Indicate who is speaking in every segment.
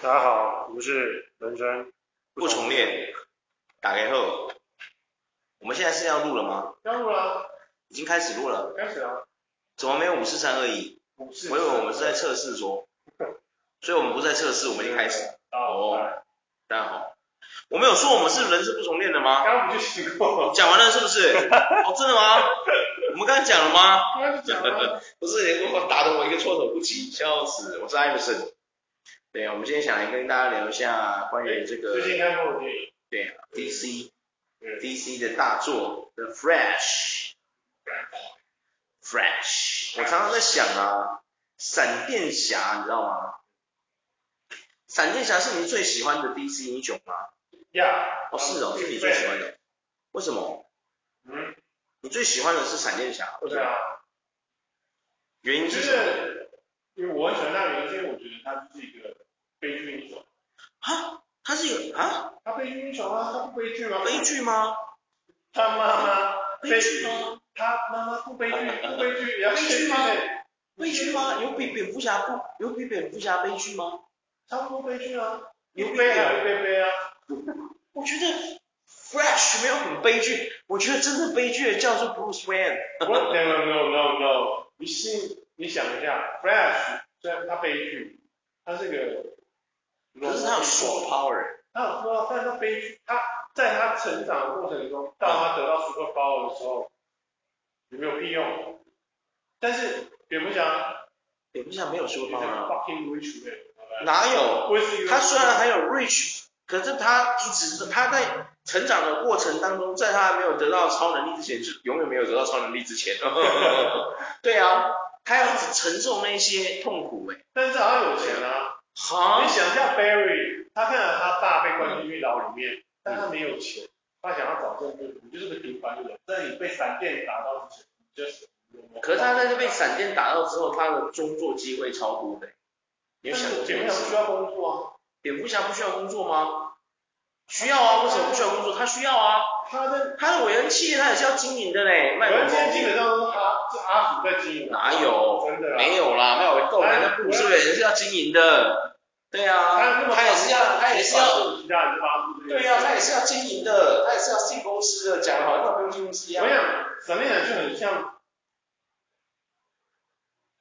Speaker 1: 大家好，我们是人生
Speaker 2: 不重练，打开后，我们现在是要录了吗？
Speaker 1: 要录了，
Speaker 2: 已经开始录了，
Speaker 1: 开始了。
Speaker 2: 怎么没有五四三二一？
Speaker 1: 我
Speaker 2: 我以为我们是在测试说，所以我们不是在测试，我们已经开始。
Speaker 1: 哦，
Speaker 2: 大家好，我们有说我们是人是不重练的吗？
Speaker 1: 刚刚不就提过？
Speaker 2: 讲完了是不是？哦，真的吗？我们刚刚讲了吗？
Speaker 1: 刚刚就讲了，
Speaker 2: 不是，你给我打得我一个措手不及，笑死！我是艾弗森。对，我们今天想来跟大家聊一下关于这个
Speaker 1: 最近看过的电影，
Speaker 2: 对啊 DC
Speaker 1: 嗯
Speaker 2: DC 的大作 The Flash。Flash，我常常在想啊，闪电侠，你知道吗？闪电侠是你最喜欢的 DC 英雄吗？
Speaker 1: 呀，
Speaker 2: 哦，是哦，是你最喜欢的。为什么？
Speaker 1: 嗯，
Speaker 2: 你最喜欢的是闪电侠？为什
Speaker 1: 对
Speaker 2: 么？
Speaker 1: 啊，
Speaker 2: 原因
Speaker 1: 就是
Speaker 2: 什么？
Speaker 1: 是因为我很喜欢他的原因，是因为我觉得他就是一个悲剧英雄，
Speaker 2: 啊，他是一个啊
Speaker 1: 他悲剧英雄啊，他不悲剧吗？
Speaker 2: 悲剧吗？
Speaker 1: 他妈妈
Speaker 2: 悲剧吗？
Speaker 1: 他妈妈不悲剧，不悲剧，也 要
Speaker 2: 悲剧吗
Speaker 1: 悲剧
Speaker 2: 悲剧吗？有比蝙蝠侠不？有比蝙蝠侠悲剧吗？
Speaker 1: 差不多悲剧啊，
Speaker 2: 有
Speaker 1: 一
Speaker 2: 比
Speaker 1: 杯
Speaker 2: 蝙
Speaker 1: 啊，一杯杯啊，
Speaker 2: 我觉得 Flash 没有很悲剧，我觉得真的悲剧的叫做 Bruce Wayne。
Speaker 1: 我 no no no no no，你信你想一下，Flash 虽然他悲剧，他是个，
Speaker 2: 可是他有 super power，
Speaker 1: 他有说，但是他悲剧，他在他成长的过程中，到他得到 super power 的时候，有没有屁用？但是蝙蝠侠
Speaker 2: 蝙蝠侠没有 super
Speaker 1: 就是
Speaker 2: power 啊
Speaker 1: fucking rich man，好吧
Speaker 2: 哪有？
Speaker 1: 我也是一个
Speaker 2: 他虽然还有 reach，可是他一直是他在成长的过程当中，在他还没有得到超能力之前，是永远没有得到超能力之前。 对啊，他要一直承受那些痛苦哎、
Speaker 1: 但是好像有钱啊。你
Speaker 2: 哈，
Speaker 1: 想一下 Barry，他看到他爸被关进狱牢里面，但他没有钱，他想要找证据，你就是个平凡的人，在你被闪电打到之前，你就是
Speaker 2: 可是他在这被闪电打到之后，他的工作机会超多的、欸你
Speaker 1: 但
Speaker 2: 有想
Speaker 1: 是
Speaker 2: 过这
Speaker 1: 姐
Speaker 2: 件
Speaker 1: 妹
Speaker 2: 事
Speaker 1: 不
Speaker 2: 吗
Speaker 1: 需要工作
Speaker 2: 蝙蝠侠不需要工作吗？需要啊，为什么不需要工作？他需要啊，
Speaker 1: 啊，他在
Speaker 2: 他的伟人企业他也是要经营的嘞，卖
Speaker 1: 人
Speaker 2: 广
Speaker 1: 间基
Speaker 2: 告。
Speaker 1: 本上都是阿是阿虎在经营的，
Speaker 2: 哪有？
Speaker 1: 真的啊啦，
Speaker 2: 没有啦，没有购买的故事伟人是要经营的。对
Speaker 1: 他
Speaker 2: 啊
Speaker 1: 那，么
Speaker 2: 他也是要，他也是要，
Speaker 1: 其他人就帮他做这个
Speaker 2: 啊对啊，他也是要经营的，他也是要进公司的，讲的好像他不用进公司一样
Speaker 1: 我。想闪电侠就很像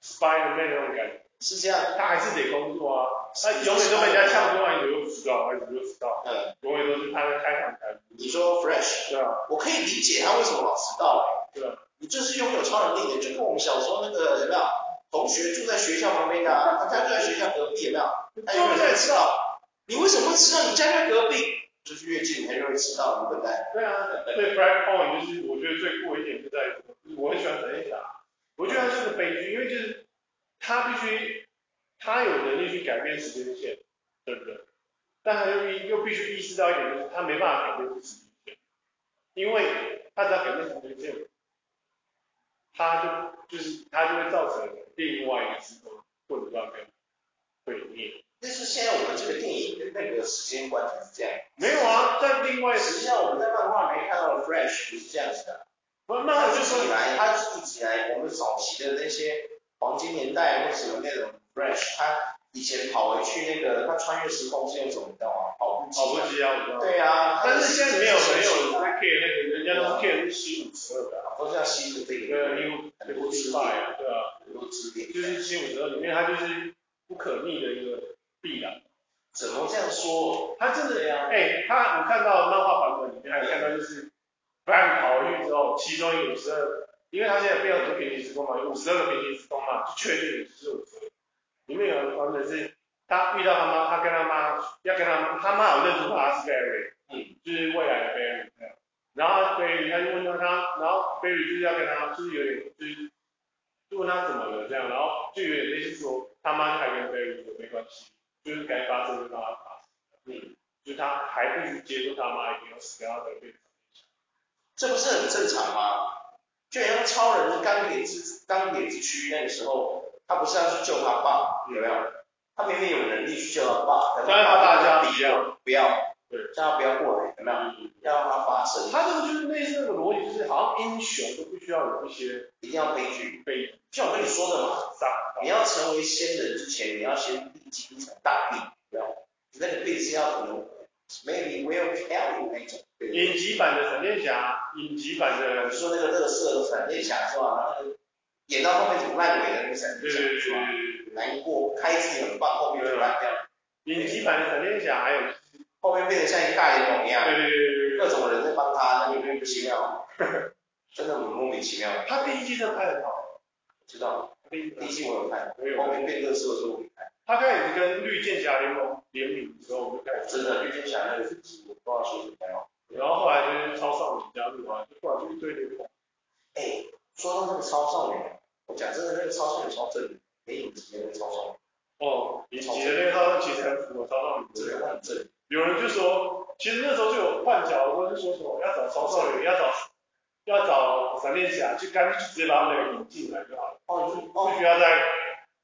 Speaker 1: Spiderman 那种感觉，
Speaker 2: 是这样，
Speaker 1: 他还是得工作啊，他永远都被人家呛说，哎，你又迟到，哎，你又迟到。
Speaker 2: 嗯，
Speaker 1: 永远都是他在开场台。
Speaker 2: 你说 Fresh，
Speaker 1: 对啊，
Speaker 2: 我可以理解他为什么老迟到、欸。
Speaker 1: 对啊，
Speaker 2: 你就是拥有超能力的，就跟我们小时候那个有没有？同学住在学校旁边的、啊，他家就在学校隔壁，哎有没有？他永远在迟到。你为什么会迟到？你家就在隔壁，就是越近你还容易迟到，你笨蛋。
Speaker 1: 对啊，所以 Black Point 就是我觉得最酷的一点就在于，我很喜欢闪电侠，我觉得他是个悲剧，因为就是他必须他有能力去改变时间线，对不对？但他又必又必须意识到一点，就是他没办法改变时间线，因为他只要改变时间线，他就就是他就会造成另外一个时空混乱跟毁灭。
Speaker 2: 但是现在我们这个电影的那个时间观才是这样，
Speaker 1: 没有啊，在另外
Speaker 2: 实际上我们在漫画里面看到的 Fresh 不是这样子的，
Speaker 1: 不是
Speaker 2: 它
Speaker 1: 漫画就是说
Speaker 2: 以来，它是一直以来我们早期的那些黄金年代或什么那种 Fresh，他以前跑回去那个他穿越时空是用什么你知道吗？跑步机啊。
Speaker 1: 跑步机啊，我知道。
Speaker 2: 对啊，
Speaker 1: 但是现在没有没有人
Speaker 2: 人
Speaker 1: 在 care 那个，人家都是 care 是七五十二的啊，
Speaker 2: 都是要吸入这
Speaker 1: 那
Speaker 2: 个
Speaker 1: 个 new 那个 new 啊，对啊，
Speaker 2: 很多支点。
Speaker 1: 就是七五十二里面它就是不可逆的一个必然。
Speaker 2: 怎么这样说？
Speaker 1: 它真
Speaker 2: 对
Speaker 1: 的，
Speaker 2: 啊
Speaker 1: 哎，它我看到漫画版本里面还有看到就是 b r a n 跑回去之后，其中有五十二，因为它现在变成平行时空嘛，有五十二个平行时空嘛，就确定是五十二。里面有一个版本是他遇到他妈，他跟他妈要跟他妈，他妈有认出他是 Barry。
Speaker 2: 嗯，
Speaker 1: 就是未来的 Barry 这样。然后 Barry 他就问到他，然后 Barry 就是要跟他，就是有点就是就问他怎么了这样，然后就有点类似说他妈就还跟 Barry 说没关系，就是该发生就让它发生。
Speaker 2: 嗯，
Speaker 1: 就是他还不去接受他妈已经要死掉的变
Speaker 2: 这不是很正常吗？就像超人钢铁之钢铁之躯那个时候，他不是要去救他爸，有没有？他明明有能力去救他爸，但
Speaker 1: 当然他大家
Speaker 2: 不
Speaker 1: 一样，
Speaker 2: 不要，
Speaker 1: 对
Speaker 2: 叫他不要过来，有没有？要让他发生，
Speaker 1: 他这个就是类似那个逻辑，就是好像英雄都必须要有一些
Speaker 2: 一定要悲剧。
Speaker 1: 悲
Speaker 2: 像我跟你说的嘛，
Speaker 1: 伤。
Speaker 2: 你要成为仙人之前，你要先历经一场大病，有没有？是要有 maybe will carry 那种。对
Speaker 1: 影集版的闪电侠，影集版的
Speaker 2: 你，说那个乐色闪电侠是吧？然后那个演到后面挺烂尾的那个闪
Speaker 1: 对
Speaker 2: 电
Speaker 1: 对
Speaker 2: 侠
Speaker 1: 对
Speaker 2: 是吧？
Speaker 1: 对
Speaker 2: 难过，开始很棒，后面就烂掉，
Speaker 1: 对，影集版的闪电侠，还有
Speaker 2: 后面变得像一个大联盟一样，
Speaker 1: 对对对对
Speaker 2: 各
Speaker 1: 对，
Speaker 2: 种人在帮他，那个莫名其妙， 真的很莫名其妙。
Speaker 1: 他第一季真的拍得好，
Speaker 2: 知道，
Speaker 1: 第一季
Speaker 2: 第一季我有看，
Speaker 1: 我有
Speaker 2: 后面变乐色的时候我没看，
Speaker 1: 他开始跟绿箭侠联盟联名的时候，我就开始
Speaker 2: 真的绿箭侠那个集我不知道说什么好。
Speaker 1: 然后后来就是超少女加入啊，就突然就一堆那个，
Speaker 2: 哎，说到那个超少女，我讲真的，那个超少女超正，没影集的那个超少
Speaker 1: 哦，你挤的那个照片其实很符合超少女
Speaker 2: 女，真
Speaker 1: 的。
Speaker 2: 的很正。
Speaker 1: 有人就说，其实那时候就有绊脚的时候就说什么要找超少女，要找要找闪电侠，就干脆就直接把他们两个引进来就好了，
Speaker 2: 哦，你
Speaker 1: 不
Speaker 2: 哦，
Speaker 1: 需要再。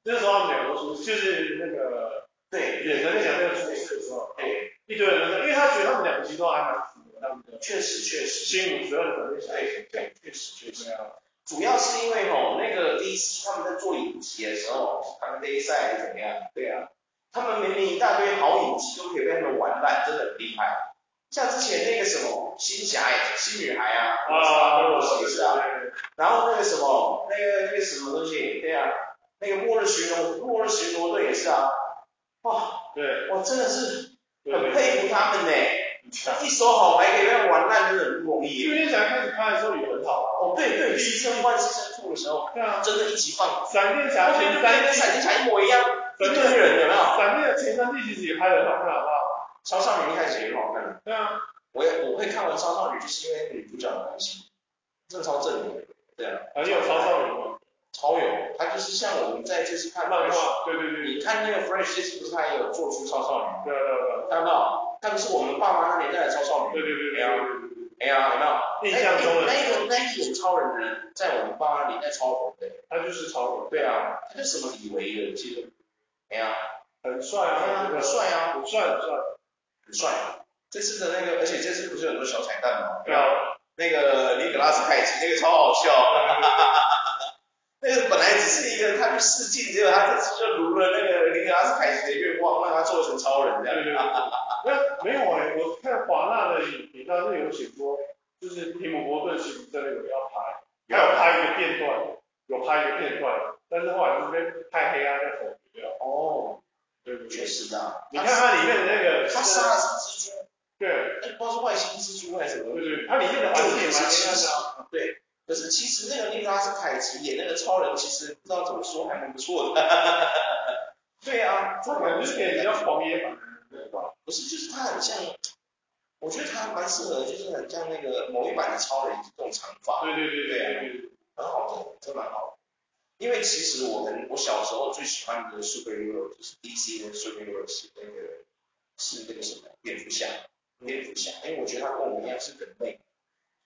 Speaker 1: 那时候他们两个说，就是那个
Speaker 2: 对，
Speaker 1: 演闪电侠那个故事的时候，
Speaker 2: 对，
Speaker 1: 一堆人在，因为他觉得他们两个其实都还蛮符合他们的
Speaker 2: 确实确实，
Speaker 1: 新五十二的闪电侠。
Speaker 2: 对对，确实确实。
Speaker 1: 对啊，
Speaker 2: 主要是因为吼，那个 DC 他们在做影集的时候，他们杯赛还是怎么样？对啊，他们明明一大堆好影集都可以被他们玩烂，真的很厉害。像之前那个什么新侠、也新女孩啊，
Speaker 1: 啊，
Speaker 2: 我也是啊，然后那个什么，那个那个什么东西，对啊，那个末日巡逻，末日巡逻队也是啊，哇，
Speaker 1: 对
Speaker 2: 我真的是
Speaker 1: 对，
Speaker 2: 很佩服他们呢、
Speaker 1: 很强。
Speaker 2: 一手好牌可以被他们玩烂，真的很不容易
Speaker 1: 因
Speaker 2: 耶。
Speaker 1: 为想开始拍的时候也很好啊。
Speaker 2: 哦，对对，第一生换新生兔的时候，
Speaker 1: 对啊，
Speaker 2: 真的一起放
Speaker 1: 闪电侠
Speaker 2: 后面就
Speaker 1: 前
Speaker 2: 跟
Speaker 1: 三
Speaker 2: 跟闪电
Speaker 1: 季，
Speaker 2: 侠一模一样，一堆人有没有？
Speaker 1: 闪电前三季其实也拍的很好看，好不好？
Speaker 2: 超少女一开始也很好看，
Speaker 1: 对啊，
Speaker 2: 我也我会看完超少女，就是因为那个女主角的关系，真的超正的，对啊，
Speaker 1: 很有超少女嘛，
Speaker 2: 超有，她就是像我们在这次看
Speaker 1: 漫
Speaker 2: Fresh，
Speaker 1: 画，对对对，对
Speaker 2: 你看那个 Fresh 这次不是她也有做出超少女，
Speaker 1: 啊对啊
Speaker 2: 看到她不是我们爸妈那年代的超少
Speaker 1: 对啊，对
Speaker 2: 女，
Speaker 1: 对对对对对，
Speaker 2: 哎呀，有没有？
Speaker 1: 印象中的
Speaker 2: 那一个那一个演超人的人，在我们爸妈年代超红的，
Speaker 1: 他就是超人，
Speaker 2: 对啊，他叫什么李维的，我记得，哎呀，
Speaker 1: 很帅啊，
Speaker 2: 很帅啊，
Speaker 1: 很帅很帅，
Speaker 2: 很帅。这次的那个，而且这次不是有很多小彩蛋吗？
Speaker 1: 对啊，
Speaker 2: 那个尼古拉斯凯奇那个超好笑， 那个本来只是一个他去试镜，结果他这次就如了那个尼古拉斯凯奇的愿望，让他做成超人这
Speaker 1: 对对
Speaker 2: 样。
Speaker 1: 对，那没有哎，我看华纳的影评，他是有写说，就是提姆伯顿其实真的有要拍，还有拍一个片段，有拍一个片段，但是后来就是被太黑暗那否决掉，
Speaker 2: 哦，
Speaker 1: 对对
Speaker 2: 确
Speaker 1: 对。
Speaker 2: 实的。
Speaker 1: 你看它里面的那
Speaker 2: 他
Speaker 1: 个，
Speaker 2: 他杀的是蜘蛛，
Speaker 1: 对
Speaker 2: 哎，不知道是外星蜘蛛还是什么
Speaker 1: 对。对，它里面的环境也蛮黑暗的啊。
Speaker 2: 对，可是其实那个尼古拉斯凯奇演那个超人，其实不知道怎么说，还蛮不错的。 对啊，
Speaker 1: 他感觉有点比较狂野版的那个吧。
Speaker 2: 不是，就是他很像，我觉得他蛮适合，就是很像那个某一版的超人这种长发，
Speaker 1: 对对对对对
Speaker 2: 蛮好的，真蛮好的。因为其实我很我小时候最喜欢的 superhero 就是 DC 的 superhero 是那个是那个什么蝙蝠侠，蝙蝠侠，因为我觉得他跟我们一样是人类，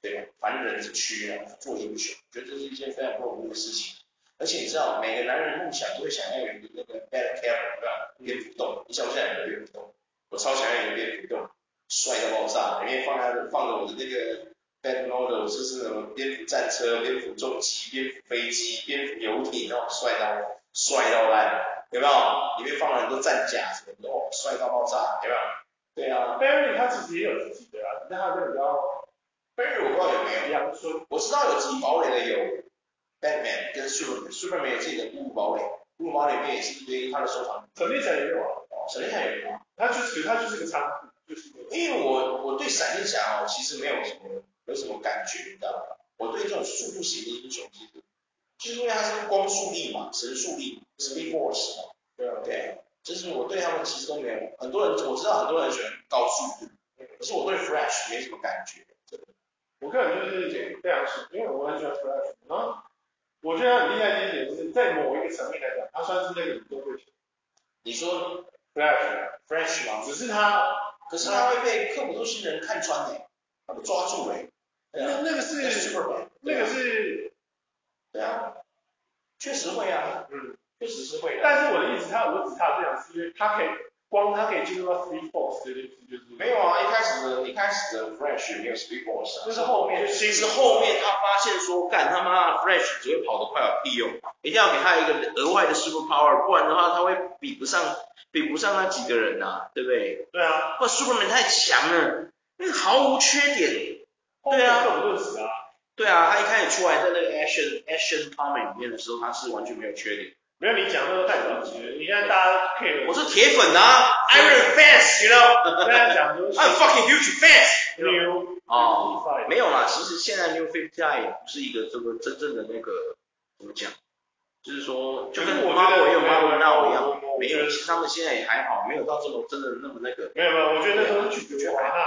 Speaker 2: 对吧？凡人之躯啊，做英雄，我觉得这是一件非常不容易的事情。而且你知道，每个男人梦想都会想要有一个那个 Batman，对吧？蝙蝠洞，你想不想有一个蝙蝠洞？我超想要有一个蝙蝠洞，帅到爆炸，里面放着放着我的那个 Batman model，就是什么蝙蝠战车、蝙蝠重机、蝙蝠飞机、蝙蝠游艇，那种帅到帅到烂，有没有？里面放了很多战甲什么的，哦，帅到爆炸，有没有？对啊，
Speaker 1: Barry 他其实也有自己的啊，但他就比较
Speaker 2: 贝尔我不知道有没有。
Speaker 1: 阳春。
Speaker 2: 我知道有自己堡垒的有 Batman 跟 Superman，Superman 有自己的布鲁堡垒，布鲁堡垒里面也是一堆他的收藏。哦
Speaker 1: 闪电侠也有啊，
Speaker 2: 闪电侠有吗？
Speaker 1: 他就是他就是个仓库，就是一个
Speaker 2: 因为我我对闪电侠哦，其实没有什么有什么感觉，你知道吗？我对这种速度型的英雄，其实就是因为他是光速力嘛，神速力 Speed Force 嘛，
Speaker 1: 对啊。
Speaker 2: 对，就是我对他们其实都没有。很多人我知道很多人喜欢高速度，可是我对 Flash 没什么感觉。
Speaker 1: 我个人就是非常喜欢，因为我很喜欢 Flash，然后我觉得他很厉害的一点就是在某一个层面来讲，他算是那个宇宙最强
Speaker 2: 你说
Speaker 1: Flash，啊
Speaker 2: Flash 吗？
Speaker 1: 只是他
Speaker 2: 可是他会被克普特星人看穿哎、他被抓住哎、对
Speaker 1: 那
Speaker 2: 啊，
Speaker 1: 那个
Speaker 2: 那是
Speaker 1: 是
Speaker 2: Superman，
Speaker 1: 那个是
Speaker 2: 对啊，确实会啊，
Speaker 1: 嗯。
Speaker 2: 确实是会的。
Speaker 1: 但是我的意思，他我只差这样，是因为他可以光他可以进入到 Free Force 这件事，就是
Speaker 3: 没有啊，一开始的一开始的 Flash 没有 Speedballs 啊，
Speaker 1: 就是后面就
Speaker 2: 其实后面他发现说，干他妈的 Flash 只会跑得快有屁用，一定要给他一个额外的 super power，不然的话他会比不上比不上那几个人呐、对不对？
Speaker 1: 对啊，
Speaker 2: 不然 Superman 太强了，那个毫无缺点。
Speaker 1: 后面克普顿死啊，
Speaker 2: 对啊，他一开始出来在那个 action action comic 里面的时候，他是完全没有缺点。
Speaker 1: 没有你讲那个太早期了，你现在大家 care，
Speaker 2: 我是铁粉啊，Iron fans，you know，I'm
Speaker 1: 大家讲都是
Speaker 2: fucking huge fans。you know？
Speaker 1: new
Speaker 2: 哦，没有啦，其实现在 New Fifty Nine 也不是一个这个真正的那个怎么讲，就是说就跟
Speaker 1: 可是我觉得
Speaker 2: Marvel 也有 Marvel
Speaker 1: 没有
Speaker 2: Now
Speaker 1: 没有
Speaker 2: 一样
Speaker 1: 没有，我
Speaker 2: 没
Speaker 1: 觉
Speaker 2: 有，
Speaker 1: 得
Speaker 2: 其实他们现在也还好，没有到这么真的那么那个。
Speaker 1: 没有没有，我觉得那时候拒绝华纳，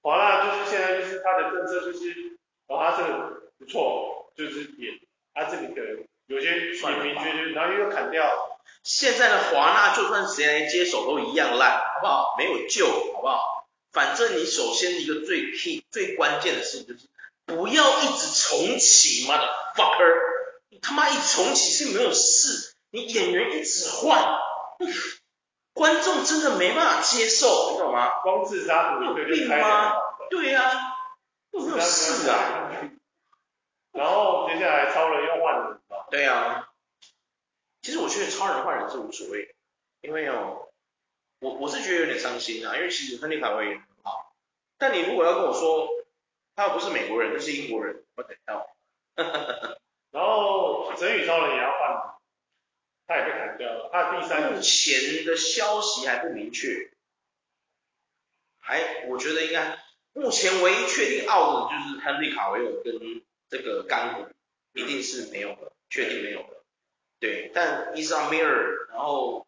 Speaker 1: 华纳就是现在就是他的政策就是，哦，他这个不错，就是也他这个可能有些
Speaker 2: 算
Speaker 1: 也
Speaker 2: 了
Speaker 1: 明
Speaker 2: 吧
Speaker 1: 确，然后又砍掉，
Speaker 2: 现在的华纳就算谁来接手都一样烂，好不好？没有救，好不好？反正你首先一个最 key 最关键的事情就是不要一直重启妈的 fucker，你他妈一重启是没有事，你演员一直换，观众真的没办法接受，你懂吗？
Speaker 1: 光自杀
Speaker 2: 你有
Speaker 1: 不对就
Speaker 2: 病
Speaker 1: 开
Speaker 2: 吗
Speaker 1: 了，？
Speaker 2: 对呀、啊，有没有事啊？
Speaker 1: 然后接下来超人又换人嘛，
Speaker 2: 对啊，其实我觉得超人换人是无所谓，因为哦，我我是觉得有点伤心啊，因为其实亨利卡维也很好，但你如果要跟我说他又不是美国人，他是英国人，我等到
Speaker 1: 然后神宇超人也要换嘛，他也被砍掉了，他的第三
Speaker 2: 目
Speaker 1: 个，
Speaker 2: 前的消息还不明确，还我觉得应该目前唯一确定 out 的就是亨利卡维尔跟这个甘谷，一定是没有的，确定没有的。对，但伊莎米尔，然后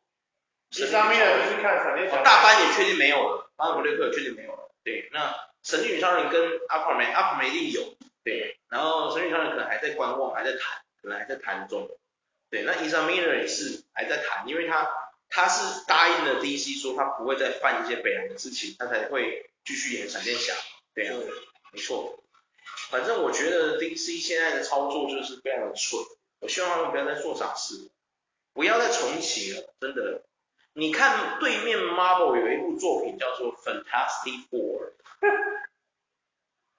Speaker 1: 第三面的就是看闪电侠，
Speaker 2: 哦大班也确定没有了，巴恩伯雷克也确定没有了。对，那神力女超人跟阿帕梅，阿帕梅一定有。对，然后神力女超人可能还在观望，还在谈，可能还在谈中。对，那伊莎米尔也是还在谈，因为他他是答应了 DC 说他不会再犯一些北韩的事情，他才会继续演闪电侠。对啊，没错。反正我觉得 DC 现在的操作就是非常的蠢，我希望他们不要再做傻事，不要再重启了，真的。你看对面 Marvel 有一部作品叫做《Fantastic Four》，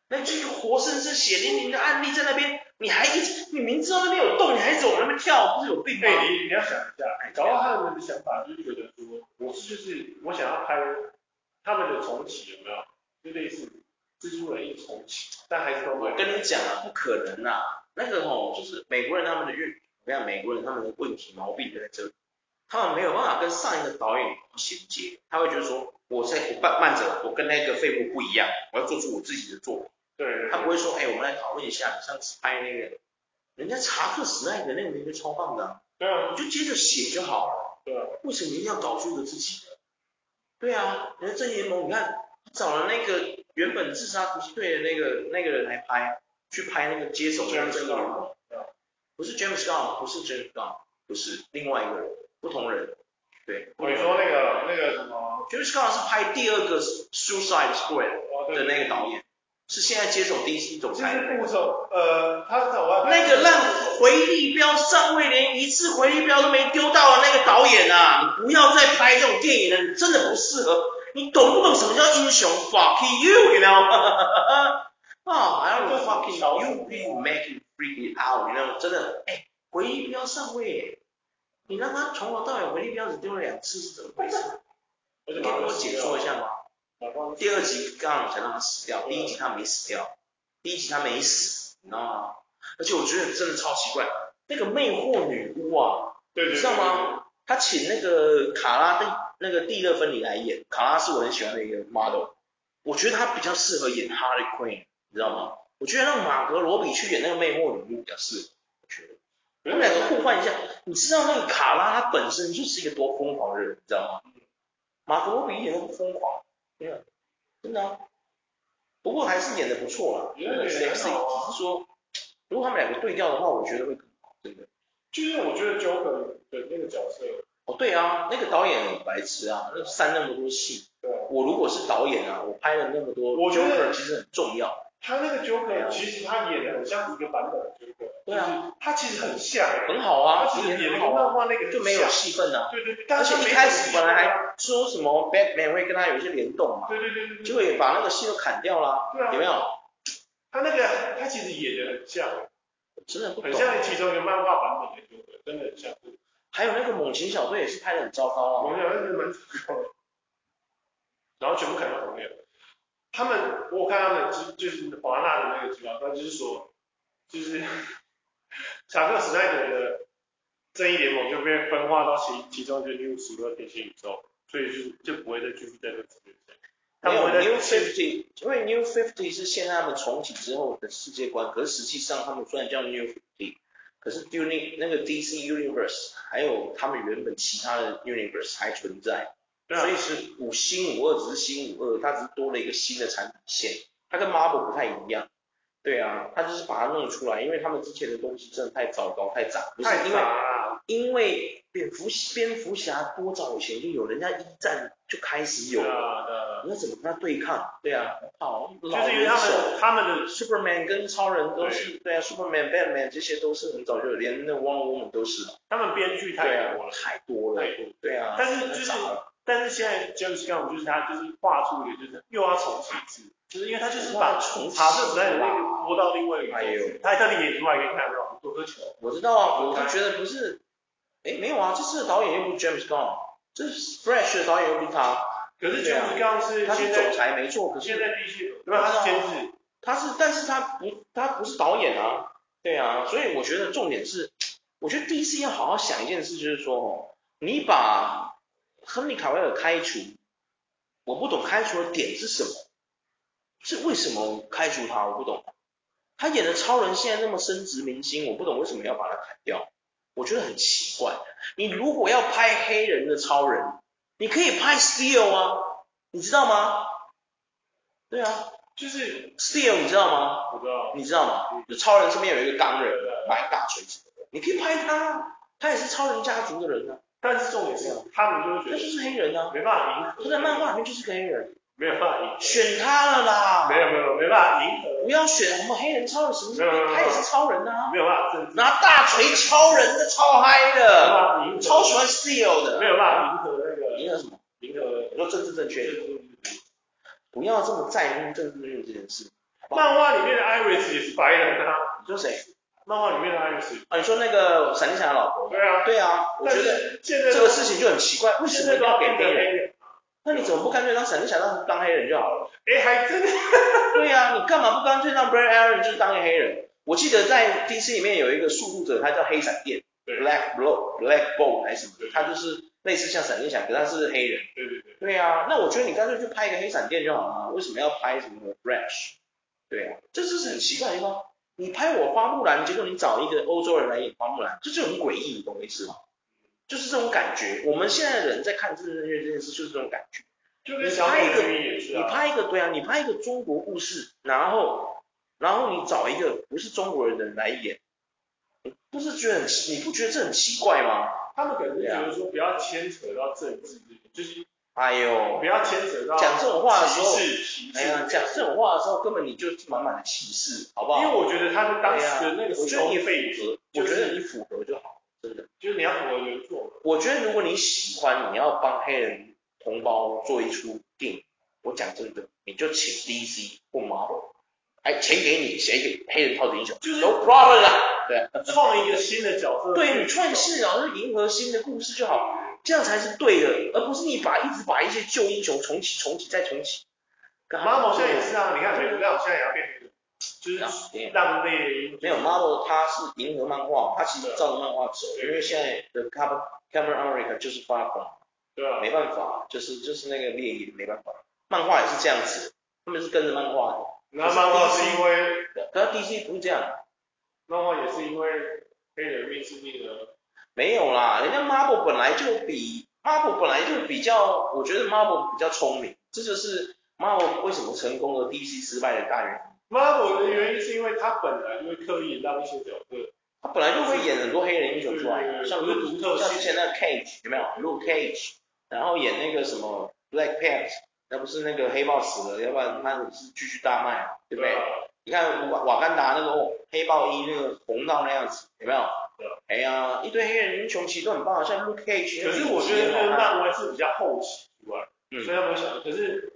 Speaker 2: 那就是活生生血淋淋的案例在那边，你还一直你明知道那边有洞，你还一直往那边跳，不是有病吗？
Speaker 1: 哎，你你要想一下，搞到他们的想法就是有人说，我是就是我想要拍他们的重启有没有？就类似蜘蛛人一重启，但还是都没
Speaker 2: 我
Speaker 1: 有。
Speaker 2: 跟你讲啊，不可能啊，那个吼、就是美国人他们的运，我跟你讲啊美国人他们的问题毛病就在这里，他们没有办法跟上一个导演衔接，他会觉得说，我在我慢慢着，我跟那个废物不一样，我要做出我自己的作品，
Speaker 1: 对对
Speaker 2: 他
Speaker 1: 对
Speaker 2: 不会说，哎、我们来讨论一下，你上次拍那个，人家查克史奈德那个名字超棒的啊、
Speaker 1: 对啊，
Speaker 2: 你就接着写就好了。
Speaker 1: 对啊。
Speaker 2: 为什么一定要搞出一个自己的？对啊，人家正义联盟，你看找了那个原本自杀突击队的那个那个人来拍，去拍那个接手的
Speaker 1: James
Speaker 2: 正义联
Speaker 1: Gunn，
Speaker 2: 盟
Speaker 1: 对啊，
Speaker 2: 不是 James Gunn，不是 James Gunn，不是另外一个人，不同人，对，不
Speaker 1: 我
Speaker 2: 同人
Speaker 1: 哦说那个那个什么，
Speaker 2: James Gunn 是拍第二个 Suicide Squad
Speaker 1: 哦
Speaker 2: 的
Speaker 1: 对，
Speaker 2: 那个导演，是现在接手 DC 总
Speaker 1: 就
Speaker 2: 裁的
Speaker 1: 是
Speaker 2: 那个
Speaker 1: 步骤，呃，他是找我
Speaker 2: 那个让回力镖上位连一次回力镖都没丢到的那个导演啊，你不要再拍这种电影了，你真的不适合。你懂不懂什么叫英雄？Fuck you，你知道吗？ 啊，I don't fucking know you, you make it freak it out，你知道吗？真的，哎、回力镖上位，你让他从头到尾回力镖只丢了两次是怎么回事？
Speaker 1: 我
Speaker 2: 你可以给我解说一下吗？
Speaker 1: 下
Speaker 2: 第二集刚好才让他死掉，第一集他没死掉，第一集他没死，你知道吗？而且我觉得真的超奇怪，那个魅惑女巫啊，
Speaker 1: 对对，
Speaker 2: 你知道吗？她请那个卡拉蒂那个蒂勒芬妮来演，卡拉是我很喜欢的一个 model，我觉得她比较适合演 Harley Quinn，你知道吗？我觉得让马格罗比去演那个魅惑女巫比较适合，我觉得。
Speaker 1: 对？
Speaker 2: 他们两个互换一下，你知道那个卡拉他本身就是一个多疯狂的人，你知道吗？马格罗比演的疯狂，真的，真的啊、不过还是演的不错啦，
Speaker 1: 觉得
Speaker 2: 只
Speaker 1: 演得很好啊
Speaker 2: 是说，如果他们两个对调的话，我觉得会更好，真的。
Speaker 1: 就是我觉得 Joker 的那个角色，
Speaker 2: 哦，对啊，那个导演很白痴啊，那删那么多戏，
Speaker 1: 对，
Speaker 2: 我如果是导演啊，我拍了那么多，
Speaker 1: 我觉得
Speaker 2: Joker 其实很重要，
Speaker 1: 他那个
Speaker 2: 对啊
Speaker 1: Joker 其实他演的很像一个版本的 Joker，
Speaker 2: 对啊，
Speaker 1: 他其实很像欸，
Speaker 2: 很好
Speaker 1: 他
Speaker 2: 啊，
Speaker 1: 其实
Speaker 2: 演
Speaker 1: 演
Speaker 2: 得
Speaker 1: 的
Speaker 2: 很好
Speaker 1: 跟
Speaker 2: 啊，
Speaker 1: 漫画那个
Speaker 2: 就没有
Speaker 1: 像
Speaker 2: 戏份啊。
Speaker 1: 对对对，但
Speaker 2: 而
Speaker 1: 是
Speaker 2: 且
Speaker 1: 他
Speaker 2: 一
Speaker 1: 没
Speaker 2: 开
Speaker 1: 有
Speaker 2: 始
Speaker 1: 戏
Speaker 2: 本来
Speaker 1: 份啊
Speaker 2: 还说什么 Batman 会跟他有一些联动嘛，
Speaker 1: 对对对对对，
Speaker 2: 结果也把那个戏都砍掉了，
Speaker 1: 对啊
Speaker 2: 有没有？
Speaker 1: 他那个他其实演的很像，
Speaker 2: 我真的不懂
Speaker 1: 很。像其中一个漫画版本的 Joker，真的很像。
Speaker 2: 还有那个猛禽小队也是拍的很糟糕
Speaker 1: 我
Speaker 2: 啊，
Speaker 1: 们两个人蛮惨的，然后全部砍到同类。他们，我看他们就就是华纳的那个集团，他就是说，就是 查克·史奈德的正义联盟就被分化到其其中一个 New 十二平行宇宙，所以就是就不会再继续在这个世界上。他
Speaker 2: 没
Speaker 1: 们
Speaker 2: 有
Speaker 1: 会在
Speaker 2: New Fifty，因为 New Fifty 是现在他们重启之后的世界观，可是实际上他们虽然叫 New Fifty，可是 Uni 那个 DC Universe 还有他们原本其他的 Universe 还存在，
Speaker 1: 对啊
Speaker 2: 所以是五星五二只是新五二，它只是多了一个新的产品线，它跟 Marvel 不太一样。对啊，它就是把它弄出来，因为他们之前的东西真的太糟糕、太杂，不是
Speaker 1: 太
Speaker 2: 因
Speaker 1: 杂
Speaker 2: 为
Speaker 1: 了，
Speaker 2: 因为蝙蝠蝙蝠侠多早以前就有，人家一战就开始有
Speaker 1: 对
Speaker 2: 了，
Speaker 1: 啊，对啊
Speaker 2: 你要怎么跟他对抗？对啊，好，
Speaker 1: 就
Speaker 2: 老
Speaker 1: 是因为
Speaker 2: 人
Speaker 1: 他
Speaker 2: 手
Speaker 1: 们他们的
Speaker 2: ，Superman 跟超人都是，对啊，Superman、Batman 这些都是很早就有，连那 Wonder Woman 都是，
Speaker 1: 他们编剧
Speaker 2: 对
Speaker 1: 太
Speaker 2: 啊
Speaker 1: 多，了，
Speaker 2: 太多了
Speaker 1: 太多了，
Speaker 2: 对啊，
Speaker 1: 但是就
Speaker 2: 太
Speaker 1: 是
Speaker 2: 杂了，
Speaker 1: 但是现在 James Gunn 就是他就是画出一个就是又要重启一次，就是因为他就是把
Speaker 2: 重
Speaker 1: 查克史奈德那个播到另外一个
Speaker 2: 哎
Speaker 1: 宇宙
Speaker 2: 呦
Speaker 1: 去，他特地演出来给你看，然后多喝酒。
Speaker 2: 我知道啊，我就觉得不是，哎，没有啊，这次的导演又不是 James Gunn，这是 Fresh 的导演又不是他，
Speaker 1: 可是
Speaker 2: 对啊
Speaker 1: James Gunn 是
Speaker 2: 他是
Speaker 1: 现
Speaker 2: 总
Speaker 1: 在
Speaker 2: 裁没错，可是
Speaker 1: 现在必须，没有他是
Speaker 2: 哦
Speaker 1: 监制，
Speaker 2: 他是，但是他不，他不是导演啊，对啊，所以我觉得重点是，我觉得 DC 要好好想一件事，就是说，哦，你把亨利卡维尔开除，我不懂开除的点是什么，是为什么开除他，我不懂。他演的超人现在那么深植民心，我不懂为什么要把他砍掉，我觉得很奇怪。你如果要拍黑人的超人，你可以拍 Steel 啊，你知道吗？对啊
Speaker 1: 就是
Speaker 2: ，Steel 你知道吗？
Speaker 1: 我不知道，
Speaker 2: 你知道吗？就超人身边有一个钢人，买大锤子的，你可以拍他啊，他也是超人家族的人啊，
Speaker 1: 但是重点是他们就
Speaker 2: 他
Speaker 1: 会
Speaker 2: 就
Speaker 1: 觉
Speaker 2: 是黑人啊
Speaker 1: 得，没办法
Speaker 2: 他
Speaker 1: 迎
Speaker 2: 在
Speaker 1: 合，
Speaker 2: 漫画里面就是个黑人，
Speaker 1: 没有办法 迎
Speaker 2: 选他了啦
Speaker 1: 合，没，有没有没办法迎合，
Speaker 2: 不要选什么黑人超人什么什
Speaker 1: 没有没有没
Speaker 2: 么，
Speaker 1: 有
Speaker 2: 他也是超人啊，
Speaker 1: 没有办法政治，
Speaker 2: 拿大锤敲人的超嗨
Speaker 1: 没有办
Speaker 2: 的，
Speaker 1: 法迎合，
Speaker 2: 超喜欢 Steel
Speaker 1: 没
Speaker 2: 的，
Speaker 1: 有办法迎合那
Speaker 2: 你
Speaker 1: 个
Speaker 2: 有什么？
Speaker 1: 迎合
Speaker 2: 你说政治正确，不要这么在乎政治正确这件事。
Speaker 1: 漫画里面的 Iris 也是白人啊，
Speaker 2: 你说谁？
Speaker 1: 漫画里面的 Iris，
Speaker 2: 啊，你说那个闪电侠的老婆？
Speaker 1: 对啊，
Speaker 2: 对啊，我
Speaker 1: 但
Speaker 2: 觉
Speaker 1: 是
Speaker 2: 得
Speaker 1: 现在
Speaker 2: 这个事情就很奇怪，为什
Speaker 1: 现在
Speaker 2: 么一定
Speaker 1: 都
Speaker 2: 要
Speaker 1: 要变
Speaker 2: 给
Speaker 1: 成
Speaker 2: 黑
Speaker 1: 黑
Speaker 2: 人？
Speaker 1: 人，
Speaker 2: 那你怎么不干脆当闪电侠当当黑人就好了？
Speaker 1: 哎，还真的
Speaker 2: 对呀、你干嘛不干脆让 Brad Allen 就是当个黑人？我记得在 DC 里面有一个速度者，他叫黑闪电
Speaker 1: 对
Speaker 2: （Black Blow、Black Bolt 还是什么的
Speaker 1: 对，
Speaker 2: 他就是类似像闪电侠，可是他是黑人。
Speaker 1: 对对对，
Speaker 2: 对呀、那我觉得你干脆就拍一个黑闪电就好了，啊为什么要拍什么 Flash？对啊，这就是很奇怪的地方。你拍我花木兰，结果你找一个欧洲人来演花木兰，这就很诡异，你懂我意思吗？就是这种感觉。我们现在的人在看政治正确这件事，就是这种感觉。
Speaker 1: 就跟小美人鱼也是
Speaker 2: 你
Speaker 1: 啊，
Speaker 2: 拍一个对啊，你拍一个中国故事，然后然后你找一个不是中国人的人来演，你不是觉得很奇你不觉得这很奇怪吗？
Speaker 1: 他们可能就
Speaker 2: 啊
Speaker 1: 觉得说不要牵扯到政治，就是
Speaker 2: 哎呦
Speaker 1: 不，要牵扯到
Speaker 2: 讲这种话的时候
Speaker 1: 歧，视歧视
Speaker 2: 哎，呀，讲这种话的时候根本你就是满满的歧视，好不
Speaker 1: 因为
Speaker 2: 好？
Speaker 1: 我觉得他们当时的那个
Speaker 2: 哎我
Speaker 1: 时
Speaker 2: 觉得
Speaker 1: 空
Speaker 2: 你
Speaker 1: 背
Speaker 2: 符
Speaker 1: 景
Speaker 2: 合，，
Speaker 1: 就
Speaker 2: 我觉得
Speaker 1: 是
Speaker 2: 你符合就好，真的。
Speaker 1: 就是你要符合原作嘛，
Speaker 2: 我觉得如果你喜欢，你要帮黑人同胞做一出电影，我讲真的，你就请 DC 或 Marvel，哎，钱给你写一个黑人超级英雄
Speaker 1: 就是
Speaker 2: ，no problem 啦。对啊，
Speaker 1: 创一个新的角色，
Speaker 2: 对你创世然后迎合新的故事就好，这样才是对的，而不是你把一直把一些旧英雄重启、重启再重启。
Speaker 1: ，Marvel 现在也是啊，你看美国那现在也要变成就是
Speaker 2: 没有
Speaker 1: 浪费，
Speaker 2: 啊没有 Marvel 它是迎合漫画，它其实照着漫画走，因为现在的 Cam Cameron Eric 就是发狂，
Speaker 1: 对啊，
Speaker 2: 没办法，就是就是那个猎鹰没办法，漫画也是这样子，他们是跟着漫画的。
Speaker 1: 那漫画是因为
Speaker 2: 可是 DC 不是这样，
Speaker 1: 漫画也是因为黑人运是那个。
Speaker 2: 没有啦，人家 Marvel 本来就比 Marvel 本来就比较，我觉得 Marvel 比较聪明，这就是 Marvel 为什么成功的 DC 失败的大原因。
Speaker 1: Marvel 的原因是因为他本来就会刻意让一些角色，
Speaker 2: 他本来就会演很多黑人英雄出来，像
Speaker 1: 不是独特
Speaker 2: 像
Speaker 1: 性
Speaker 2: 之前那个 Cage 有没有？Luke Cage，然后演那个什么 Black Panther，那不是那个黑豹死了，要不然他也是继续大卖，对不对？
Speaker 1: 啊
Speaker 2: 你看瓦瓦干达那个哦，黑豹一那个红到那样子，有没有
Speaker 1: 对？啊
Speaker 2: 哎呀，一堆黑人英雄其实都很棒，像 Luke Cage 那
Speaker 1: 可
Speaker 2: 个影集也
Speaker 1: 是
Speaker 2: 好
Speaker 1: 我觉得这
Speaker 2: 看。
Speaker 1: 个漫威是比较后期以外，
Speaker 2: 嗯
Speaker 1: 所以他们想，可是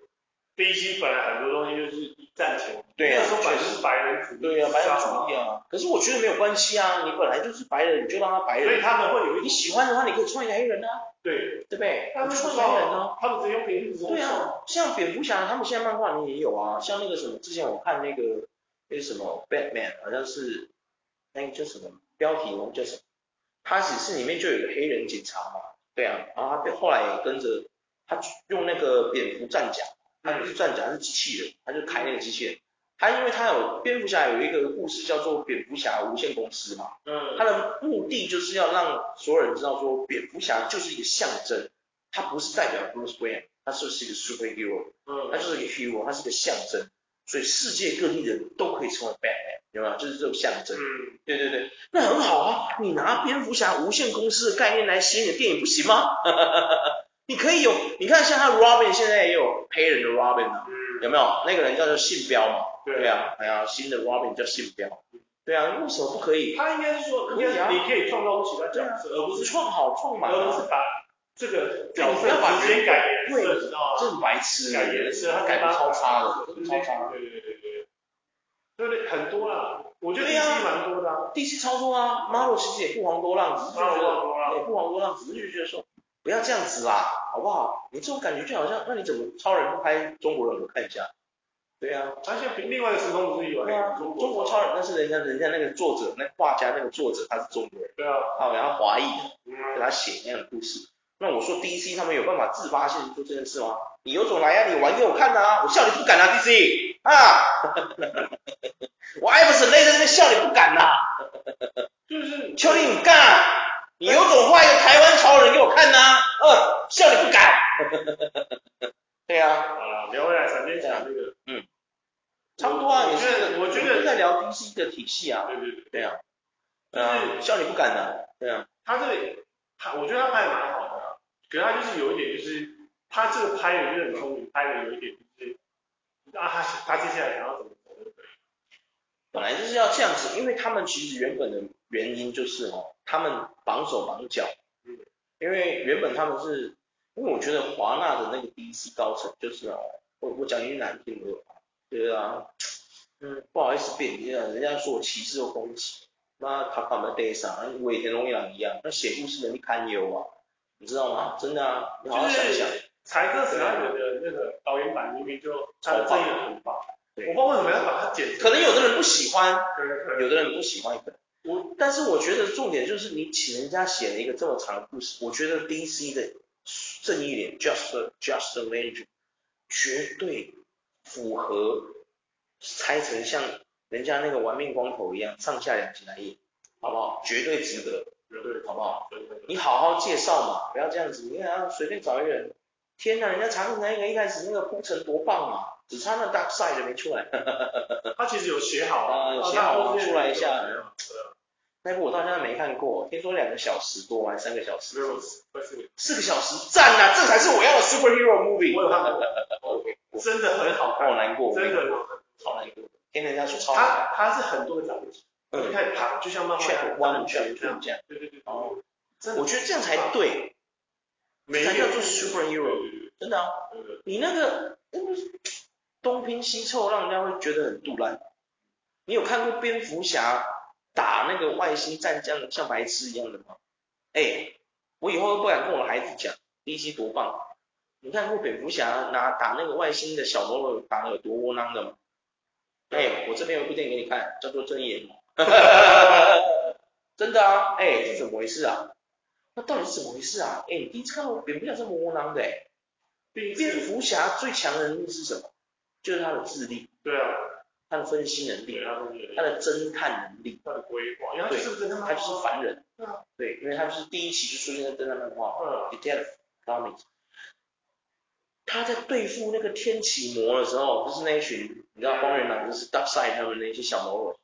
Speaker 1: DC 本来很多东西就是一战前，
Speaker 2: 对啊
Speaker 1: 那时候本来就是白人主义，
Speaker 2: 对啊，白人
Speaker 1: 你知道
Speaker 2: 主
Speaker 1: 吗
Speaker 2: 义啊。可是我觉得没有关系啊，你本来就是白人，你就让他白
Speaker 1: 所以
Speaker 2: 人。
Speaker 1: 他们会有一
Speaker 2: 你
Speaker 1: 种
Speaker 2: 喜欢的话，你可以创一个黑人啊，
Speaker 1: 对，
Speaker 2: 对不对？
Speaker 1: 他们
Speaker 2: 你
Speaker 1: 不
Speaker 2: 创一个
Speaker 1: 知道
Speaker 2: 黑人啊。
Speaker 1: 他们只用平行时空
Speaker 2: 对啊，像蝙蝠侠他们现在漫画里面也有啊，像那个什么，之前我看那个那个什么 Batman，好像是那个叫什么标题忘记叫什么，他只是里面就有一个黑人警察嘛，对啊，然后他被后来也跟着他用那个蝙蝠战甲，他不是战甲是机器人，他就开那个机器人，他因为他有蝙蝠侠有一个故事叫做蝙蝠侠无限公司嘛，
Speaker 1: 嗯，
Speaker 2: 他的目的就是要让所有人知道说，蝙蝠侠就是一个象征，他不是代表 Bruce Wayne，他就是一个 superhero，
Speaker 1: 嗯
Speaker 2: 他就是一个 hero，他是个象征，所以世界各地的人都可以成为 Batman，有没有？就是这种象征。
Speaker 1: 嗯，
Speaker 2: 对对对，那很好啊，你拿蝙蝠侠无限公司的概念来写你的电影不行吗？ 你可以有，你看像他 Robin 现在也有黑人的 Robin 啊，
Speaker 1: 嗯
Speaker 2: 有没有？那个人叫做信标嘛，
Speaker 1: 对
Speaker 2: 对啊，哎呀，新的 Robin 叫信标，对啊，为什么不可以？
Speaker 1: 他应该是说，
Speaker 2: 可
Speaker 1: 应
Speaker 2: 以啊
Speaker 1: 该你可以创造出其他角色，而不
Speaker 2: 不
Speaker 1: 是
Speaker 2: 是创好创满
Speaker 1: 而不
Speaker 2: 啊，
Speaker 1: 是把这个
Speaker 2: 对
Speaker 1: 角
Speaker 2: 你
Speaker 1: 色
Speaker 2: 不要把
Speaker 1: 直接改颜
Speaker 2: 对
Speaker 1: 色，你知道吗？
Speaker 2: 这很白痴，啊
Speaker 1: 改颜色，他
Speaker 2: 改
Speaker 1: 他
Speaker 2: 的
Speaker 1: 妈
Speaker 2: 超差的，真的
Speaker 1: 对
Speaker 2: 超差。
Speaker 1: 对对对对对对，很多啦，我觉得
Speaker 2: 对啊
Speaker 1: DC 蛮多的啊，
Speaker 2: DC 超多啊，Marvel 其实也不遑多让，只是就觉
Speaker 1: 不遑多
Speaker 2: 得
Speaker 1: 让
Speaker 2: 也不遑多让，只是就觉得说不要这样子啦，好不好？你这种感觉就好像，那你怎么超人不拍中国人？我看一下。对啊，
Speaker 1: 而且另外一个时空不是有
Speaker 2: 对啊，
Speaker 1: 中
Speaker 2: 中国超人，但是人家人家那个作者，那个画家那个作者他是中国人，
Speaker 1: 对啊，
Speaker 2: 好，然后华裔的，
Speaker 1: 嗯，
Speaker 2: 给他写那样的故事。那我说 DC 他们有办法自发性做这件事吗？你有种来呀、你玩给我看呐、我笑你不敢啊，DC 啊！我艾弗森累在那边笑你不敢呐、
Speaker 1: 就是
Speaker 2: 求你你干！啊你有种画一个台湾潮人给我看呐、呃，笑你不敢。对啊，
Speaker 1: 啊，聊回来闪电侠这个，
Speaker 2: 嗯，差不多啊，
Speaker 1: 我
Speaker 2: 也
Speaker 1: 觉得
Speaker 2: 是，
Speaker 1: 我觉
Speaker 2: 们就
Speaker 1: 得
Speaker 2: 在聊 DC 的体系啊，
Speaker 1: 对对对，
Speaker 2: 对啊，对啊，笑你不敢的，对啊，
Speaker 1: 他这里他我觉得他拍的蛮好的啊，可是他就是有一点就是他这个拍的就是很聪明，拍的有一点就是啊他他接下来想要怎么走都可以，
Speaker 2: 本来就是要这样子，因为他们其实原本的原因就是哦，他们绑手绑脚
Speaker 1: 嗯，
Speaker 2: 因为原本他们是，因为我觉得华纳的那个 DC 高层就是哦，我我讲一句难听的话，对啊，嗯，不好意思贬低了，人家说我歧视和攻击，那他干嘛对上？跟尾田荣一郎一样，那写故事能力堪忧啊，你知道吗？真的啊，你好好想一想，
Speaker 1: 柴克史奈德的那个导演版明明就他的真的很棒，我
Speaker 2: 对
Speaker 1: 不知道为什么要把它剪成，
Speaker 2: 可能有的人不喜欢，
Speaker 1: 可能可能
Speaker 2: 有的人不喜欢，可能。
Speaker 1: 我
Speaker 2: 但是我觉得重点就是你请人家写了一个这么长的故事，我觉得 DC 的正义脸 Just Just Legend 绝对符合拆成像人家那个玩命光头一样上下两集来演，好不好？绝对值得，
Speaker 1: 绝对
Speaker 2: 好不好？
Speaker 1: 真的
Speaker 2: 你好好介绍嘛，不要这样子，你看啊，随便找一个人，天哪，人家查克那个一开始那个铺陈多棒啊，只差那 Dark Side 没出来，
Speaker 1: 他其实有写好
Speaker 2: 啊有写好啊出来一下
Speaker 1: 对啊
Speaker 2: 那部我到现在没看过，听说两个小时多还是三个小时？
Speaker 1: 没有，但是
Speaker 2: 四个小时，赞呐、这才是我要的 superhero movie。
Speaker 1: 我有看过
Speaker 2: 哦，
Speaker 1: 真的很好
Speaker 2: 我好难过，
Speaker 1: 看，真的很好看。
Speaker 2: 超难过，听人家说超难
Speaker 1: 它它是很多章节，
Speaker 2: 嗯
Speaker 1: 就开始爬，就像漫
Speaker 2: 过
Speaker 1: 画
Speaker 2: ，check
Speaker 1: 一
Speaker 2: one
Speaker 1: 样，
Speaker 2: check
Speaker 1: 这
Speaker 2: two
Speaker 1: 样，
Speaker 2: 这样，
Speaker 1: 对对对，
Speaker 2: 哦，
Speaker 1: 真的
Speaker 2: 我觉得这样才对，
Speaker 1: 每一
Speaker 2: 才
Speaker 1: 个
Speaker 2: 叫做 superhero，真的啊，
Speaker 1: 对对对
Speaker 2: 你那个那个东拼西凑，让人家会觉得很杜烂。你有看过蝙蝠侠打那个外星战将像白痴一样的吗？哎，我以后都不敢跟我的孩子讲，DC 多棒。你看过蝙蝠侠拿打那个外星的小喽啰打的有多窝囊的吗？哎，我这边有一部电影给你看，叫做《真言》。 真的啊，哎，是怎么回事啊？那到底是怎么回事啊？哎，你第一次看到蝙蝠侠这么窝囊的、哎。
Speaker 1: 第一
Speaker 2: 蝙
Speaker 1: 次，
Speaker 2: 蝠侠最强的能力是什么？就是他的智力、
Speaker 1: 对啊，
Speaker 2: 他的分析能力
Speaker 1: 对、他们
Speaker 2: 他的侦探能力。
Speaker 1: 他的规划，因为他就是真的
Speaker 2: 他就是凡人
Speaker 1: 对啊，
Speaker 2: 对，因为他就是第一期就出现在侦探漫画
Speaker 1: 嗯
Speaker 2: ，Detective Comics。他在对付那个天启魔的时候，就是那一群你知道荒原狼，就是 Darkseid 他们那些小喽啰。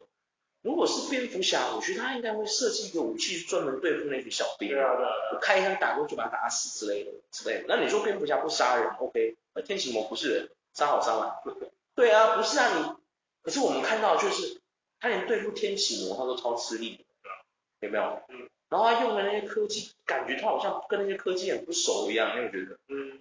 Speaker 2: 如果是蝙蝠侠，我觉得他应该会设计一个武器专门对付那群小兵。
Speaker 1: 对啊对啊，
Speaker 2: 我开一枪打过去把他打死之类的之类的。那你说蝙蝠侠不杀人，OK？那天启魔不是人，杀好杀满。对啊，不是啊，你可是我们看到的却是他连对付天启魔他都超吃力的，有没有？
Speaker 1: 嗯
Speaker 2: 然后他用的那些科技，感觉他好像跟那些科技很不熟一样，你有觉得
Speaker 1: 嗯，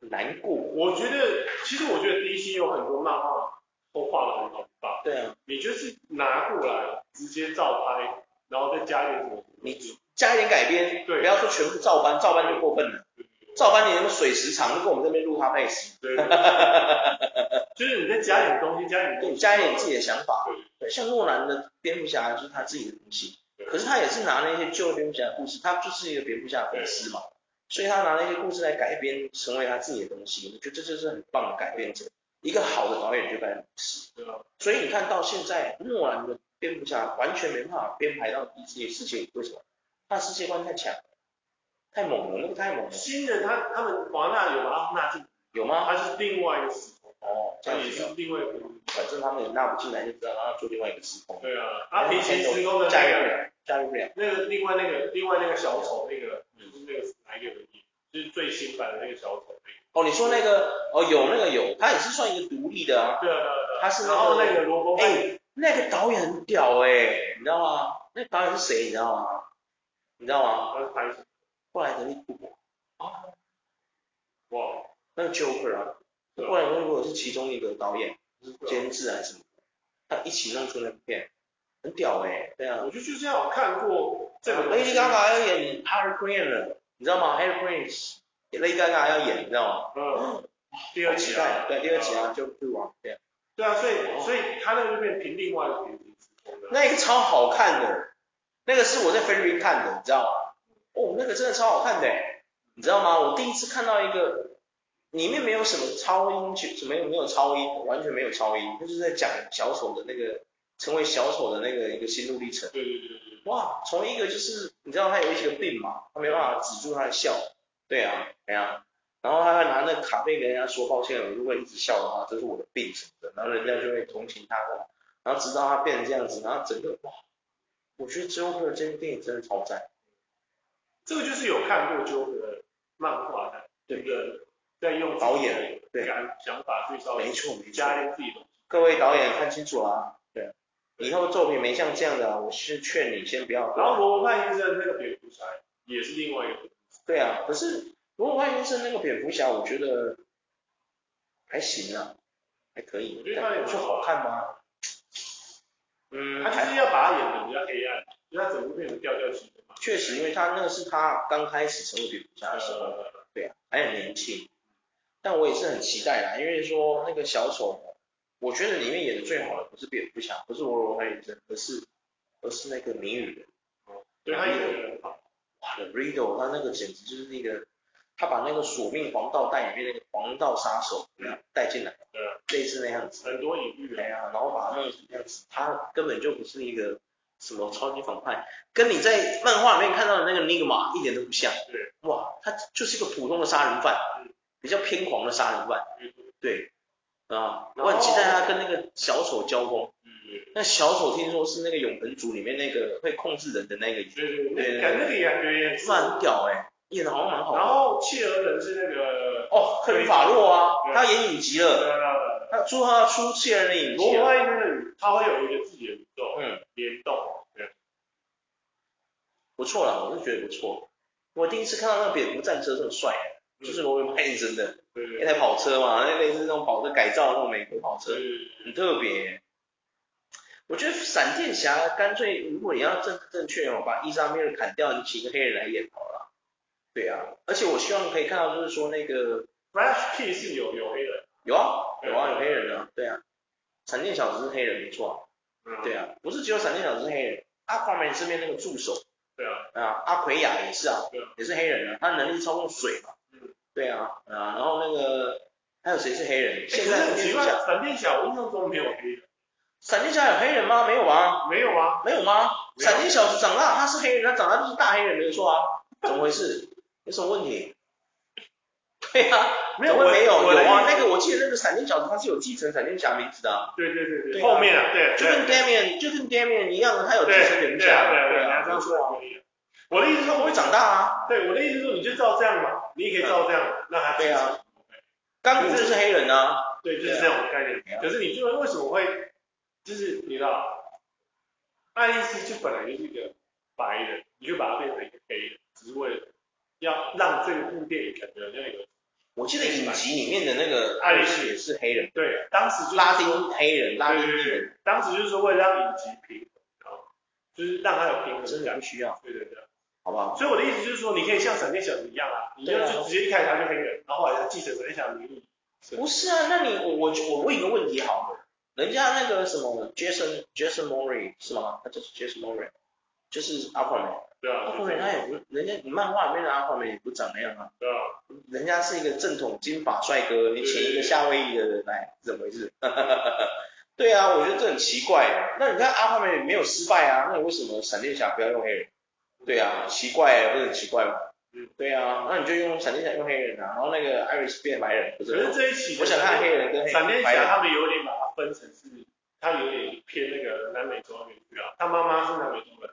Speaker 2: 难过？
Speaker 1: 我觉得其实我觉得 DC 有很多漫画都画的很好，吧，
Speaker 2: 对啊，
Speaker 1: 你就是拿过来直接照拍，然后再加一点什么，
Speaker 2: 你加一点改编，
Speaker 1: 对
Speaker 2: 不要说全部照搬，照搬就过分了。照搬你那个水时长都跟我们这边录他配死，
Speaker 1: 对， 对对就是你再加点东西，加点东
Speaker 2: 对，
Speaker 1: 西，
Speaker 2: 加一点自己的想法。
Speaker 1: 对
Speaker 2: 对，像诺兰的蝙蝠侠就是他自己的东西，
Speaker 1: 对啊
Speaker 2: 可是他也是拿那些旧的蝙蝠侠的故事，他就是一个蝙蝠侠粉丝嘛，所以他拿那些故事来改编成为他自己的东西，我觉得这就是很棒的改编者，一个好的导演就该如此。
Speaker 1: 对啊
Speaker 2: 所以你看到现在诺兰的蝙蝠侠完全没办法编排到迪士尼世界里，为什么？他的世界观太强了，太猛了，那个太猛了，
Speaker 1: 新的他他们华纳有把它纳进，
Speaker 2: 有吗？
Speaker 1: 它是另外一个时空，
Speaker 2: 哦，这
Speaker 1: 它
Speaker 2: 样
Speaker 1: 也
Speaker 2: 子
Speaker 1: 是
Speaker 2: 哦，
Speaker 1: 另外一个，
Speaker 2: 反正他们也纳不进来，就知道让他做另外一个时空，
Speaker 1: 对啊，它平行时空的
Speaker 2: 驾
Speaker 1: 那
Speaker 2: 驭
Speaker 1: 个。
Speaker 2: 不哦了，驾驭不了。
Speaker 1: 那个另外那个另外那个小丑那个，就是那个哪一个人演？就是最新版的那个小丑那
Speaker 2: 哦，你说那个哦，有那个有，他也是算一个独立的啊。
Speaker 1: 个。对啊对啊对啊。
Speaker 2: 他是那个
Speaker 1: 然后那个罗伯
Speaker 2: 哎、
Speaker 1: 派，
Speaker 2: 那个导演很屌哎、你知道吗？那个导演是谁？你知道吗？你知道吗？
Speaker 1: 他是拍什么？
Speaker 2: 布莱德利库珀，
Speaker 1: 哇，
Speaker 2: 那个 Joker 啊，
Speaker 1: 对啊
Speaker 2: 布莱德利库珀是其中一个导演、
Speaker 1: 对啊
Speaker 2: 监制还是什么？他一起弄出那部片，很屌哎、对啊。
Speaker 1: 我就就是要有看过这个东西。
Speaker 2: Lady Gaga 要演 Harry Quinn 了，你知道吗？Harry Quinn Lady Gaga 要演，你知道吗？
Speaker 1: 嗯，第二集
Speaker 2: 期
Speaker 1: 啊
Speaker 2: 待，。对，第二集啊，就就往对啊。
Speaker 1: 对啊，所以所以他那个就变成另外一个平行时空的。
Speaker 2: 那个超好看的，那个是我在菲律宾看的，你知道吗？哦，那个真的超好看的，你知道吗？我第一次看到一个里面没有什么超音去，没有没有超音，完全没有超音，就是在讲小丑的那个成为小丑的那个一个心路历程。
Speaker 1: 对对对对对。
Speaker 2: 哇，从一个就是你知道他有一个病嘛，他没办法止住他的笑，对啊，对啊，然后他还拿那个卡片跟人家说抱歉，我如果一直笑的话，这是我的病什么的，然后人家就会同情他的，然后直到他变成这样子，然后整个哇，我觉得《Joker》这部电影真的超赞，
Speaker 1: 这个就是有看过 Joker 的漫画的，
Speaker 2: 对
Speaker 1: 这个在用
Speaker 2: 导演对
Speaker 1: 感想法去稍
Speaker 2: 没
Speaker 1: 微
Speaker 2: 错没错，
Speaker 1: 加进自己的。
Speaker 2: 各位导演看清楚啊，对啊，以后作品没像这样的啊，我是劝你先不要，
Speaker 1: 然后罗伯派医生那个蝙蝠侠也是另外一个。
Speaker 2: 对啊，可是如果万一是那个蝙蝠侠，我觉得还行啊，还可以。
Speaker 1: 我觉得他也不
Speaker 2: 就
Speaker 1: 错
Speaker 2: 好看吗？嗯，
Speaker 1: 他就
Speaker 2: 还
Speaker 1: 是要把它演的比较黑暗，就是他整部片子调调起呃的嘛。
Speaker 2: 确实，因为他那个是他刚开始成为蝙蝠侠的时候，
Speaker 1: 呃，
Speaker 2: 对啊，还很年轻。但我也是很期待啦，因为说那个小丑，我觉得里面演的最好的不是蝙蝠侠，不是罗罗汉医生，而是而是那个谜语人，
Speaker 1: 对他演的很好。
Speaker 2: 哇，The Riddle，他那个简直就是那个，他把那个索命黄道带里面那个黄道杀手带进来，
Speaker 1: 对啊
Speaker 2: 类似那样子。
Speaker 1: 很多隐喻
Speaker 2: 哎
Speaker 1: 啊，
Speaker 2: 呀，然后把它弄成这样子，他根本就不是一个什么超级反派，跟你在漫画里面看到的那个尼格玛一点都不像。
Speaker 1: 对，
Speaker 2: 哇，他就是一个普通的杀人犯
Speaker 1: 嗯，
Speaker 2: 比较偏狂的杀人犯。
Speaker 1: 嗯
Speaker 2: 对，啊，
Speaker 1: 然
Speaker 2: 我
Speaker 1: 后
Speaker 2: 很期待他跟那个小丑交锋。
Speaker 1: 嗯，
Speaker 2: 那小丑听说是那个永恒族里面那个会控制人的那个，
Speaker 1: 对对对，感那个也感觉也是。
Speaker 2: 算很屌哎、演的好像蛮好的。
Speaker 1: 然后切尔人是那个，
Speaker 2: 哦，克林法洛啊，
Speaker 1: 对
Speaker 2: 他演影集
Speaker 1: 对
Speaker 2: 了，
Speaker 1: 啊，
Speaker 2: 他出他出七人的影
Speaker 1: 罗
Speaker 2: 集啊
Speaker 1: 伯
Speaker 2: 了。
Speaker 1: 派医生的他会有一个自己的宇宙
Speaker 2: 嗯。
Speaker 1: 联动，对，
Speaker 2: 不错啦，我是觉得不错。我第一次看到那个蝙蝠战车这么帅，啊就是罗伯派医生的
Speaker 1: 对
Speaker 2: 哎那
Speaker 1: 对
Speaker 2: 台跑车嘛，那类似那种跑车改造的那种美国跑车，
Speaker 1: 对，
Speaker 2: 很特别。我觉得闪电侠干脆，如果你要正正确哦，把伊莎米尔砍掉，你请个黑人来演好了。对啊，而且我希望可以看到，就是说那个
Speaker 1: Flash Key 是有有黑人，
Speaker 2: 有啊有啊有黑人啊，对啊，闪电小子是黑人没错
Speaker 1: 嗯
Speaker 2: 啊，对啊，不是只有闪电小子是黑人，阿夸美身边那个助手
Speaker 1: 对啊，
Speaker 2: 啊，阿奎亚也是啊
Speaker 1: 对啊，
Speaker 2: 也是黑人啊，他能力操控水嘛
Speaker 1: 嗯。
Speaker 2: 对啊，啊，然后那个还有谁是黑人？
Speaker 1: 哎可
Speaker 2: 现
Speaker 1: 是
Speaker 2: 在
Speaker 1: 很
Speaker 2: 闪
Speaker 1: 奇
Speaker 2: 电
Speaker 1: 怪，
Speaker 2: 侠，
Speaker 1: 闪电侠我印象中没有黑人，
Speaker 2: 闪电侠有黑人吗？没有吧？
Speaker 1: 没有啊，
Speaker 2: 没有吗？
Speaker 1: 没有
Speaker 2: 闪电小子长大，他是黑人，他长大就是大黑人，没有错啊。怎么回事？有什么问题？对啊，
Speaker 1: 没有
Speaker 2: 怎么会没有
Speaker 1: 我的
Speaker 2: 有啊
Speaker 1: 意。思
Speaker 2: 那个我记得那个闪电小子他是有继承闪电侠名字的啊，
Speaker 1: 对对对
Speaker 2: 对啊
Speaker 1: 后面啊，对，
Speaker 2: 就
Speaker 1: 对
Speaker 2: 跟 Damian 就跟 Damian 一样，他有继
Speaker 1: 对
Speaker 2: 承蝙蝠
Speaker 1: 对啊
Speaker 2: 侠，
Speaker 1: 对啊对啊，
Speaker 2: 啊，
Speaker 1: 这
Speaker 2: 没
Speaker 1: 样
Speaker 2: 有
Speaker 1: 说
Speaker 2: 错啊
Speaker 1: 可以。我的意思是，
Speaker 2: 他
Speaker 1: 我
Speaker 2: 会长大啊。
Speaker 1: 对我的意思是，你就照这样嘛，你也可以照这样，让他
Speaker 2: 对啊，钢骨就是黑人啊，
Speaker 1: 对，就是这
Speaker 2: 对啊
Speaker 1: 种概念
Speaker 2: 对啊。
Speaker 1: 可是你就是为什么会，就是你知道，爱丽丝就本来就是一个白人，你就把它变成一个黑人，只是为了要让这部电影感觉好像有
Speaker 2: 我记得影集里面的那个
Speaker 1: 爱
Speaker 2: 爱
Speaker 1: 丽
Speaker 2: 丽
Speaker 1: 丝
Speaker 2: 丝也是黑人，
Speaker 1: 对，当时就是
Speaker 2: 拉
Speaker 1: 说
Speaker 2: 丁黑人，拉
Speaker 1: 对
Speaker 2: 丁
Speaker 1: 对
Speaker 2: 裔人，
Speaker 1: 对，当时就是说为了让影集平衡，然后就是让它有平衡
Speaker 2: 真的啊
Speaker 1: 感
Speaker 2: 不。需要，
Speaker 1: 对对对，
Speaker 2: 好不好？
Speaker 1: 所以我的意思就是说，你可以像闪电小子一样啊，你就
Speaker 2: 对啊
Speaker 1: 就直接一开始他就黑人，然后后来他继承闪电小子的名义，
Speaker 2: 不是啊，那你我我我问一个问题好了，人家那个什么 Jason Jason m o r i 是吗？他就是 Jason m o r i 就是 Aquaman，Aquaman
Speaker 1: 对啊，就是
Speaker 2: 他也不，人家你漫画里面的 Aquaman 也不长那样啊，
Speaker 1: 对啊，
Speaker 2: 人家是一个正统金发帅哥，你请一个夏威夷的人来，怎么回事？ 对啊，我觉得这很奇怪。啊那你看阿花也没有失败啊，那你为什么闪电侠不要用黑人？对啊，奇怪，不是很奇怪吗
Speaker 1: 嗯？
Speaker 2: 对啊，那你就用闪电侠用黑人啊，然后那个 Iris 变白人，不
Speaker 1: 可是
Speaker 2: 是？
Speaker 1: 这一期
Speaker 2: 我想看黑人跟黑
Speaker 1: 闪电
Speaker 2: 白
Speaker 1: 侠
Speaker 2: 人，
Speaker 1: 他们有点把它分成是，他有点偏那个南美洲那边去啊。他妈妈是南美洲人，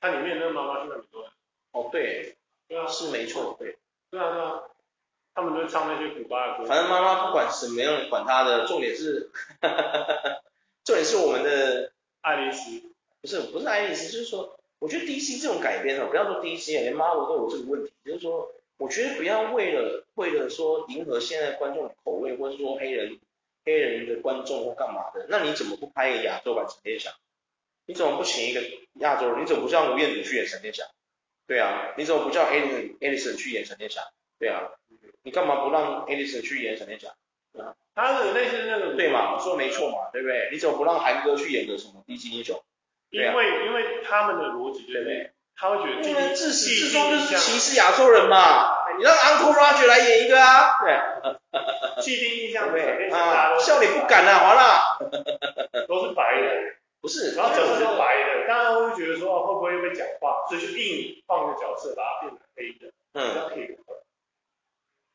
Speaker 1: 他里面那个妈妈是南美洲人。
Speaker 2: 哦对，
Speaker 1: 对啊，
Speaker 2: 是没错，对。
Speaker 1: 对啊，对啊，他们都唱那些古巴的歌。
Speaker 2: 反正妈妈不管什么样管他的，重点是， 重点是我们的
Speaker 1: 爱丽丝，
Speaker 2: 不是不是爱丽丝，就是说，我觉得 DC 这种改编哦，不要说 DC，连 Marvel 都有这个问题，就是说，我觉得不要为了为了说迎合现在观众的口味，或者说黑人黑人的观众或干嘛的，那你怎么不拍一个亚洲版闪电侠？你怎么不请一个亚洲人？你怎么不叫吴彦祖去演闪电侠？对啊，你怎么不叫 Edison Edison 去演闪电侠？对啊，你干嘛不让 Edison 去演闪电侠？
Speaker 1: 他的那些那个
Speaker 2: 对嘛？我说没错嘛，对不对？你怎么不让韩哥去演个什么 DC 英雄？
Speaker 1: 因为因为他们的逻辑就
Speaker 2: 对不啊对
Speaker 1: 是，？他会觉得
Speaker 2: 因
Speaker 1: 弟
Speaker 2: 为
Speaker 1: 弟
Speaker 2: 自始
Speaker 1: 弟
Speaker 2: 至
Speaker 1: 弟
Speaker 2: 终就是
Speaker 1: 像
Speaker 2: 歧视亚洲人嘛，你让 Uncle Roger 来演一个啊，对
Speaker 1: 既定印象，
Speaker 2: 对不
Speaker 1: 闪
Speaker 2: 对？
Speaker 1: 电侠大家
Speaker 2: 啊，
Speaker 1: 都
Speaker 2: 笑脸不敢啊，完了，
Speaker 1: 都是白人，
Speaker 2: 不是，
Speaker 1: 然后角色
Speaker 2: 就
Speaker 1: 都白人，大家会觉得说哦会不会被讲话，所以就硬放个角色把它变成黑的，比
Speaker 2: 嗯，
Speaker 1: 较平衡。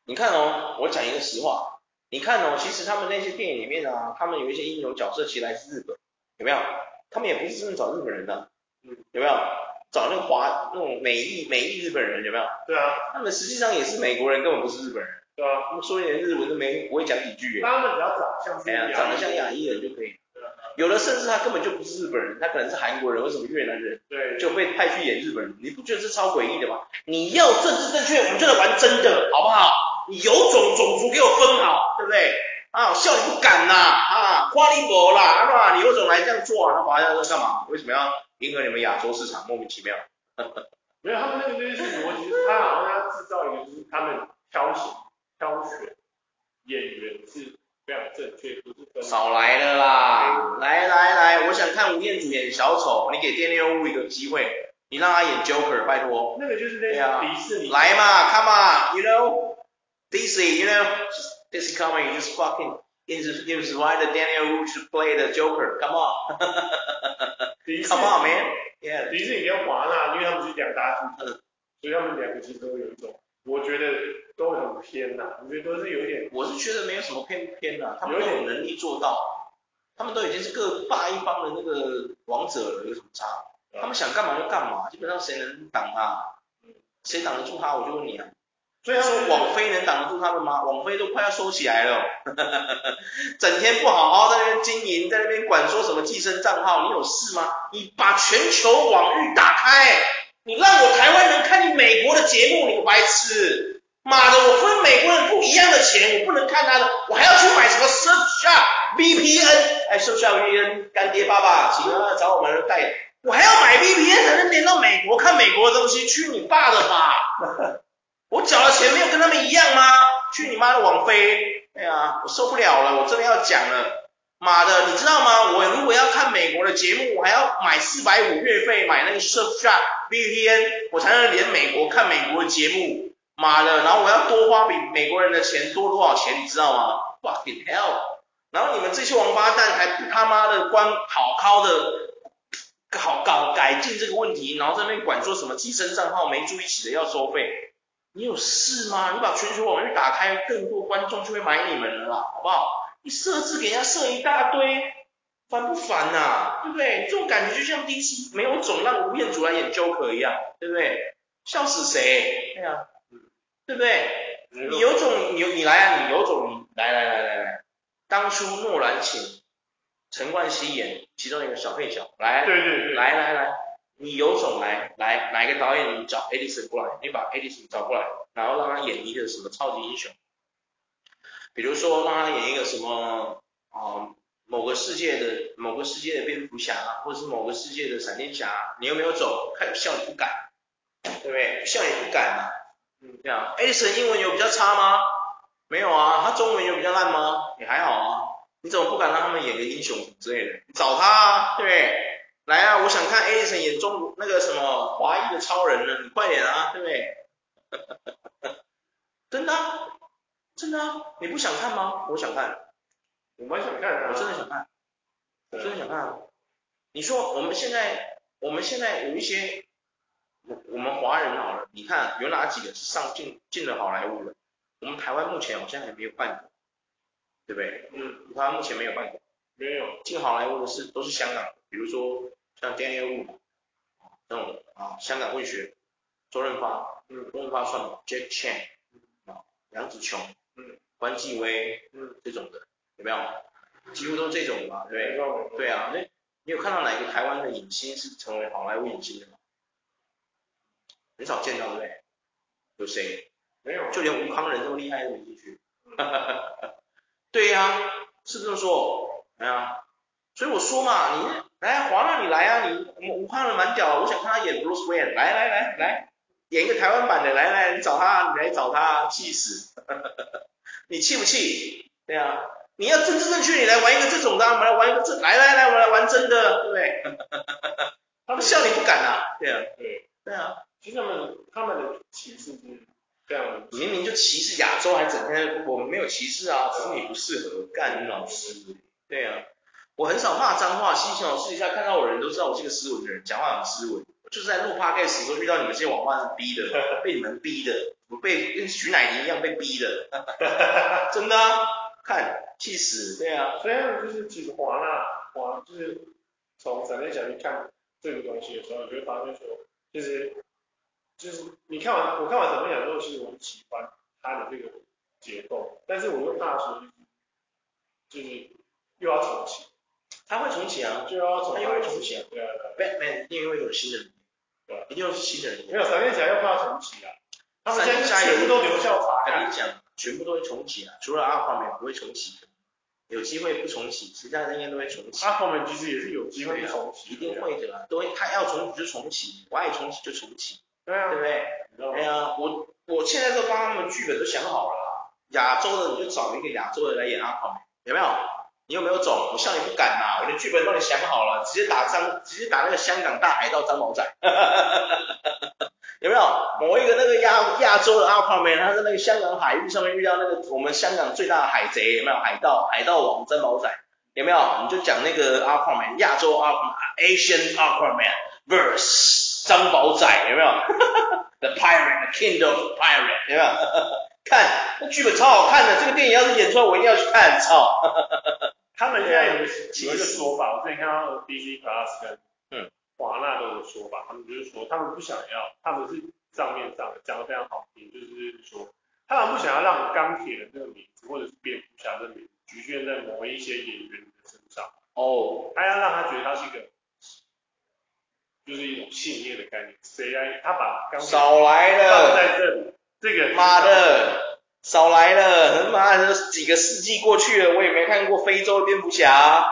Speaker 2: 你看哦，我讲一个实话，你看哦，其实他们那些电影里面啊，他们有一些英雄角色其实来自日本，有没有？他们也不是真的找日本人的，
Speaker 1: 嗯
Speaker 2: 有没有？找那个华那种美裔美裔日本人有没有？
Speaker 1: 对啊，
Speaker 2: 他们实际上也是美国人，根本不是日本人，
Speaker 1: 对啊。
Speaker 2: 他们说一点日文都没不会讲几句耶。
Speaker 1: 他们只要长相是
Speaker 2: 哎
Speaker 1: 亚
Speaker 2: 呀，
Speaker 1: 裔
Speaker 2: 长得像亚裔人就可以
Speaker 1: 对啊。
Speaker 2: 有的甚至他根本就不是日本人，他可能是韩国人或什么越南人，
Speaker 1: 对，
Speaker 2: 就被派去演日本人，你不觉得这超诡异的吗？你要政治正确，我们就来玩真的，好不好？你有种种族给我分好，对不对？啊，笑你不敢呐，啊，花力博啦，啊，你有种来这样做啊？那华夏在干嘛？为什么要迎合你们亚洲市场？莫名其妙。
Speaker 1: 没有他们那个就是逻辑，就是他好像要制造一个就是他们挑选挑选演员是非常正确，不是分
Speaker 2: 少来了啦！来来来，我想看吴彦祖演小丑，你给电六屋一个机会，你让他演 Joker，拜托。
Speaker 1: 那个就是那
Speaker 2: 对啊
Speaker 1: 个迪士尼，
Speaker 2: 来嘛，Come on，you know，DC，you know，DC coming just fucking is is why the Daniel Wu should play the Joker，come on，come
Speaker 1: 迪士
Speaker 2: on
Speaker 1: 尼
Speaker 2: man，yeah，
Speaker 1: 迪士尼跟华纳，因为他们是两大巨头，
Speaker 2: 嗯
Speaker 1: 所以他们两个其实都有一种，我觉得都很偏呐、我觉得都是有点
Speaker 2: 我是觉得没有什么偏不偏的、他们都有能力做到，他们都已经是各霸一方的那个王者了，有什么差？他们想干嘛就干嘛，基本上谁能挡他？谁挡得住他？我就问你啊，
Speaker 1: 所以
Speaker 2: 你
Speaker 1: 他
Speaker 2: 说
Speaker 1: 们
Speaker 2: 网飞能挡得住他们吗？网飞都快要收起来了 哦，整天不好好在那边经营，在那边管说什么寄生账号，你有事吗？你把全球网域打开，你让我台湾人看你美国的节目，你个白痴！妈的，我分美国人不一样的钱，我不能看他的，我还要去买什么啊 Surfshark VPN？哎，Surfshark VPN 干爹爸爸，请他找我们代言，我还要买 VPN 才能连到美国看美国的东西，去你爸的吧！我缴的钱没有跟他们一样吗？去你妈的网飞！哎呀，我受不了了，我真的要讲了。妈的，你知道吗？我如果要看美国的节目，我还要买四百五月费，买那个 Surfshark VPN，我才能连美国看美国的节目。妈的，然后我要多花比美国人的钱多多少钱，你知道吗？Fucking hell！然后你们这些王八蛋还不他妈的光好好的搞搞改进这个问题，然后在那边管说什么寄生账号没住一起的要收费，你有事吗？你把全球网域打开，更多观众就会买你们了啦，好不好？你设置给人家设一大堆，烦不烦呐、对不对？这种感觉就像 DC 没有种让吴彦祖来演 Joker 一样，对不对？笑死谁？对啊，对不对？你有种，你有你来啊，你有种，你来来来来来，当初诺兰请陈冠希演其中一个小配角，来
Speaker 1: 对对对，
Speaker 2: 来来来，你有种来来，哪一个导演你找 Edison 过来，你把 Edison 找过来，然后让他演一个什么超级英雄，比如说让他演一个什么啊、呃某个世界的某个世界的蝙蝠侠啊，或者是某个世界的闪电侠啊、你有没有走？看笑你不敢，对不对？笑你不敢啊，嗯，这样。Edison 英文有比较差吗？没有啊，他中文有比较烂吗？也还好啊。你怎么不敢让他们演个英雄之类的？你找他啊，对不对？来啊，我想看 Edison 演中那个什么华裔的超人呢，你快点啊，对不对？ 真的、啊，真的、啊，你不想看吗？我想看，
Speaker 1: 我蛮想看的、啊
Speaker 2: 我真的想看，我真的想看啊。你说我们现在，我们现在有一些，我我们华人好了，你看啊有哪几个是上进进了好莱坞的？我们台湾目前好像还没有半个，对不对？
Speaker 1: 嗯，
Speaker 2: 台湾目前没有半个。
Speaker 1: 没有，
Speaker 2: 进好莱坞的是都是香港，比如说像 Daniel Wu 这种啊，香港混血，周润发，
Speaker 1: 嗯，
Speaker 2: 周润发算了，Jack Chan，啊，杨紫琼，
Speaker 1: 嗯，
Speaker 2: 关继威，
Speaker 1: 嗯，
Speaker 2: 这种的有没有？几乎都这种吧，对
Speaker 1: 没有
Speaker 2: 不对？对啊，那你有看到哪个台湾的影星是成为好莱坞影星的吗？很少见到，对不对？有谁？
Speaker 1: 没有，
Speaker 2: 就连吴康仁这么厉害都没进去。 对呀、是不是这么说？哎呀、所以我说嘛，你来华纳你来啊，你我们吴康仁蛮屌的，我想看他演 Bruce Wayne，来来来来，演一个台湾版的，来来，你找他，你来找他，气死！ 你气不气？对啊，你要政治正确，你来玩一个这种的啊，我们来玩一个这，来来来，我们来玩真的，对不对？他们笑你不敢啊，对啊，
Speaker 1: 对，
Speaker 2: 对啊。
Speaker 1: 其实他们他们的歧视是这样的，
Speaker 2: 你明明就歧视亚洲，还整天我们没有歧视啊，只是你不适合干你老师。对啊，我很少骂脏话，心情好私底下看到我的人都知道我是个斯文的人，讲话很斯文。我就是在录 podcast 的时候遇到你们这些王八是逼的，被你们逼的，我被跟徐乃麟一样被逼的， 真的、啊，看气死。对啊，
Speaker 1: 虽然就是其实华纳华就是从闪电侠去看这个东西的时候，你就会发现说，就是就是你看完我看完闪电侠之后，其实我很喜欢它的这个结构，但是我又怕说就是就是又要重启，
Speaker 2: 他会重启啊
Speaker 1: 就要重
Speaker 2: 它
Speaker 1: 来
Speaker 2: 又会重启啊
Speaker 1: 对啊对啊，
Speaker 2: ，Batman 一定会有新的
Speaker 1: 对啊
Speaker 2: 人，一定又是新的人。
Speaker 1: 没有闪电侠又怕重启啊，他们现在全部都留校查
Speaker 2: 跟
Speaker 1: 看，
Speaker 2: 你讲，全部都会重启啊，除了阿华美不会重启，有机会不重启，其他的应该都会重启，
Speaker 1: 阿婆们其实也是有机会去重启，
Speaker 2: 一定，会的啊啦，都会他要重启就重启，我爱重启就重启，
Speaker 1: 对
Speaker 2: 对
Speaker 1: 啊
Speaker 2: 不，对？
Speaker 1: 你知道吗
Speaker 2: 哎？呀，我我现在都帮他们剧本都想好了啦，亚洲的你就找一个亚洲人来演阿华美，有没有？你有没有种？我像你不敢呐、我的剧本都你想好了，直接打张，直接打那个香港大海盗张毛仔， 有没有？某一个那个亚亚洲的阿帕梅，他在那个香港海域上面遇到那个我们香港最大的海贼，有没有？海盗，海盗王张毛仔，有没有？你就讲那个阿帕梅，亚洲阿帕，Asian 阿帕梅 vs 张宝仔，有没有？The Pirate, the King of Pirate，有没有？ 看那剧本超好看的，这个电影要是演出来，我一定要去看，操！
Speaker 1: 他们现在有有一个说法，我之前看到 DC Plus 跟
Speaker 2: 嗯
Speaker 1: 华纳都有说法，他们就是说他们不想要，他们是账面上的讲的非常好听，就是说他们不想要让钢铁的这个名字或者是蝙蝠侠的名字局限在某一些演员的身上，
Speaker 2: 哦，
Speaker 1: 他要让他觉得他是一个就是一种信念的概念，谁来他把钢铁
Speaker 2: 少来
Speaker 1: 放
Speaker 2: 了，
Speaker 1: 在这里，这个
Speaker 2: 妈的，少来了，他妈的几个世纪过去了，我也没看过非洲的蝙蝠侠，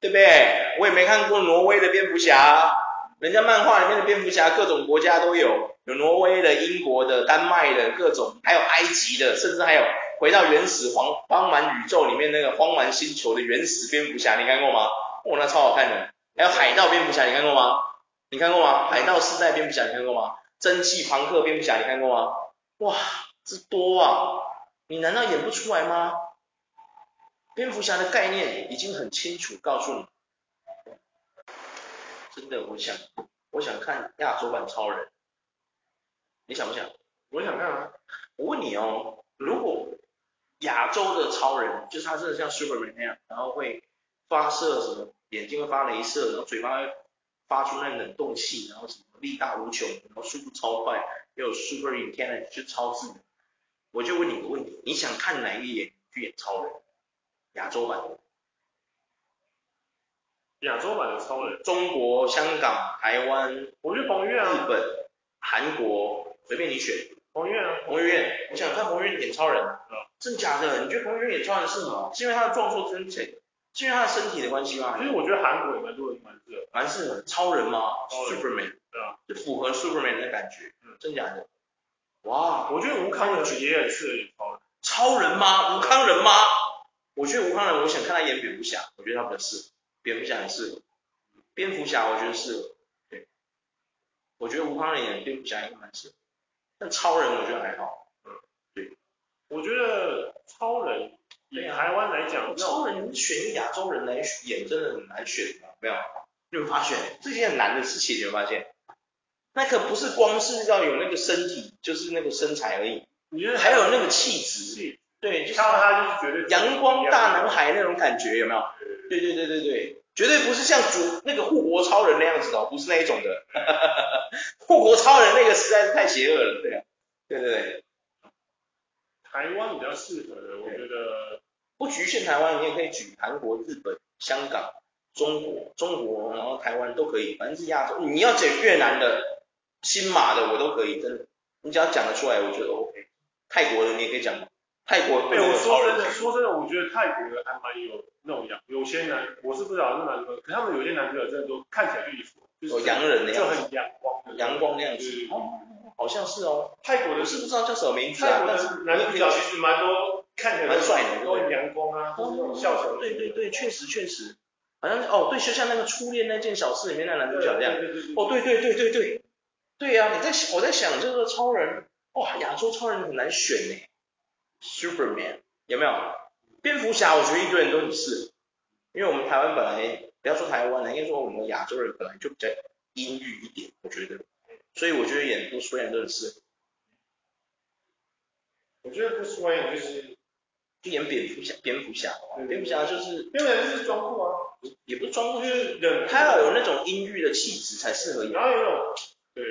Speaker 2: 对不对？我也没看过挪威的蝙蝠侠，人家漫画里面的蝙蝠侠各种国家都有，有挪威的、英国的、丹麦的各种，还有埃及的，甚至还有回到原始荒荒蛮宇宙里面那个荒蛮星球的原始蝙蝠侠，你看过吗？哦，那超好看的。还有海盗蝙蝠侠，你看过吗？你看过吗？海盗四代蝙蝠侠，你看过吗？蒸汽朋克蝙蝠侠，你看过吗？哇，这多啊！你难道演不出来吗？蝙蝠侠的概念已经很清楚告诉你，真的，我想，我想看亚洲版超人，你想不想？
Speaker 1: 我想看啊，
Speaker 2: 我问你哦，如果亚洲的超人，就是他真的像 Superman 那样，然后会发射什么，眼睛会发镭射，然后嘴巴会发出那冷冻气，然后什么力大无穷，然后速度超快，又有 Super Intelligence 就超智能。我就问你个问题，你想看哪一个演员去演超人？亚洲版，
Speaker 1: 亚洲版的超人，
Speaker 2: 中国、香港、台湾、
Speaker 1: 我觉得彭于晏
Speaker 2: 日
Speaker 1: 啊，
Speaker 2: 本、韩国，随便你选。
Speaker 1: 彭于晏啊，
Speaker 2: 彭于晏，我想看彭于晏演超人啊
Speaker 1: 嗯，
Speaker 2: 真假的？你觉得彭于晏演超人是什么？是因为他的壮硕身材，是因为他的身体的关系吗
Speaker 1: 其？实我觉得韩国也蛮多人蛮适合，
Speaker 2: 蛮适合超人吗
Speaker 1: 超人
Speaker 2: ？Superman，
Speaker 1: 对啊，
Speaker 2: 就符合 Superman 的感觉
Speaker 1: 嗯，
Speaker 2: 真假的？哇，
Speaker 1: 我觉得吴康仁也很适合演超人，
Speaker 2: 超人吗？吴康人吗？我觉得吴康人，我想看他演蝙蝠侠，我觉得他比较适合，蝙蝠侠很适合，蝙蝠侠我觉得适合，对，我觉得吴康人演蝙蝠侠应该蛮适合，但超人我觉得还好，
Speaker 1: 我觉得超人以台湾来讲，
Speaker 2: 超人选一个亚洲人来演真的很难选的，没有？你有没有发现这件很难的事情，你有没有发现？那可不是光是要有那个身体，就是那个身材而已，
Speaker 1: 你觉得
Speaker 2: 还有那个气质，
Speaker 1: 戏，
Speaker 2: 对，就是
Speaker 1: 看到他就是绝对
Speaker 2: 阳光大男孩那种感觉，有没有？对对对对对，绝对不是像主那个护国超人那样子的哦，不是那一种的。 护国超人那个实在是太邪恶了，对啊，对对对，
Speaker 1: 台湾比较适合的，我觉得
Speaker 2: 不局限台湾，你也可以举韩国、日本、香港、中国、中国，然后台湾都可以，反正是亚洲。你要讲越南的、新马的，我都可以，真的，你只要讲得出来，我觉得 OK。泰国的你也可以讲，泰国
Speaker 1: 哎对，我说真的，
Speaker 2: 的，
Speaker 1: 说真的，我觉得泰国的还蛮有那种洋，有些男，我是不知道是男的，可他们有些男朋友真的都看起来就一副就是
Speaker 2: 有洋哦人的
Speaker 1: 就
Speaker 2: 样子，
Speaker 1: 很阳光的
Speaker 2: 阳光那样子
Speaker 1: 对，
Speaker 2: 哦，好像是哦。
Speaker 1: 泰
Speaker 2: 我
Speaker 1: 国的
Speaker 2: 是
Speaker 1: 是
Speaker 2: 不知道叫什么名字
Speaker 1: 泰
Speaker 2: 啊，
Speaker 1: 国
Speaker 2: 但是
Speaker 1: 的男主角其实蛮多，看起来
Speaker 2: 蛮帅的
Speaker 1: 都很阳光啊，都是那种笑起来
Speaker 2: 哦对对对，确实确实，好像是哦，对，就像那个初恋那件小事里面那男主角这样。
Speaker 1: 对对对对
Speaker 2: 哦，对对对对对，对呀、你在想我在想这个超人，哇，亚洲超人很难选呢，Superman 有没有？蝙蝠侠我觉得一堆人都很适合，因为我们台湾本来不要说台湾了，应该说我们亚洲人本来就比较阴郁一点，我觉得，所以我觉得演多虽然都很适合，
Speaker 1: 我觉得不是 u 就是，
Speaker 2: 就演蝙蝠侠，蝙蝠侠，
Speaker 1: 对
Speaker 2: 蝙蝠侠就是
Speaker 1: 因为人就是装酷啊，
Speaker 2: 也不是装作
Speaker 1: 就
Speaker 2: 就是是
Speaker 1: 忍，
Speaker 2: 他要有那种阴郁的气质才适合演，
Speaker 1: 然后有那种，对，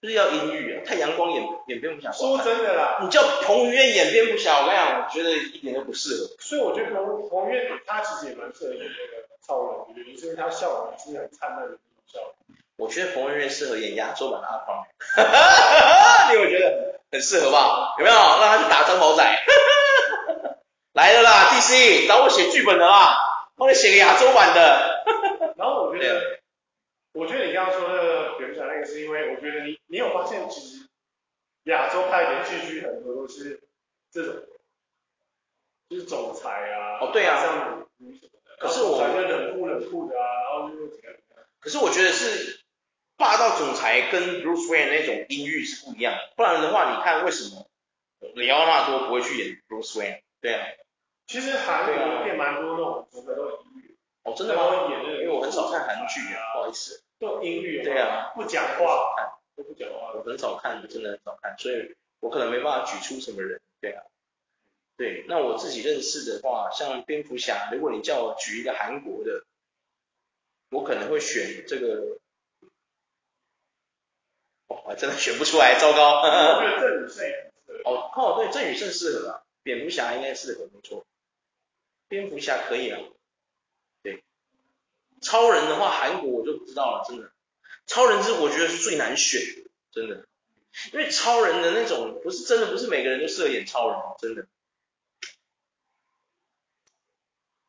Speaker 2: 就是要阴郁啊，太阳光演演蝙蝠侠不好看。
Speaker 1: 说真的啦，
Speaker 2: 你叫彭于晏演蝙蝠侠，我跟你讲，我觉得一点都不适合。
Speaker 1: 所以我觉得彭彭于晏他其实也蛮适合演那个超人，我觉得，因为他笑容是很灿烂的那种笑容。
Speaker 2: 我觉得彭于晏适合演亚洲版的阿狂，你有没有觉得很适合吧？有没有？让他去打张宝仔。 来了啦，DC 找我写剧本的啦，帮你写个亚洲版的。
Speaker 1: 然后我觉
Speaker 2: 对啊
Speaker 1: 得，我觉得你刚刚说那个蝙蝠侠那个，是因为我觉得你你有发现，其实亚洲派连续剧很多都是这种，就是总裁啊，
Speaker 2: 哦对啊
Speaker 1: 像女什么的，
Speaker 2: 可是我
Speaker 1: 然后总裁就冷酷冷酷的啊，然后就怎样怎样，
Speaker 2: 可是我觉得是霸道总裁跟 Bruce Wayne 那种音域是不一样的，不然的话，你看为什么里奥纳多不会去演 Bruce Wayne？对啊，
Speaker 1: 其实韩
Speaker 2: 对啊
Speaker 1: 国也蛮多那种总裁都很阴郁，
Speaker 2: 哦真的
Speaker 1: 然
Speaker 2: 吗？
Speaker 1: 后演那
Speaker 2: 因
Speaker 1: 个
Speaker 2: 为我很少看韩剧啊，不好意思。
Speaker 1: 都很阴郁，
Speaker 2: 对啊，
Speaker 1: 不讲话都不讲话
Speaker 2: 我很少看，真的很少看，所以我可能没办法举出什么人，对啊，对，那我自己认识的话，像蝙蝠侠，如果你叫我举一个韩国的，我可能会选这个，哇，我真的选不出来，糟糕。
Speaker 1: 我觉得郑宇盛也很适合
Speaker 2: 哦，哦，对，郑宇胜适合啊，蝙蝠侠应该适合，没错。蝙蝠侠可以啊，对。超人的话，韩国我就不知道了，真的。超人是我觉得是最难选的，真的，因为超人的那种不是真的不是每个人都适合演超人，真的。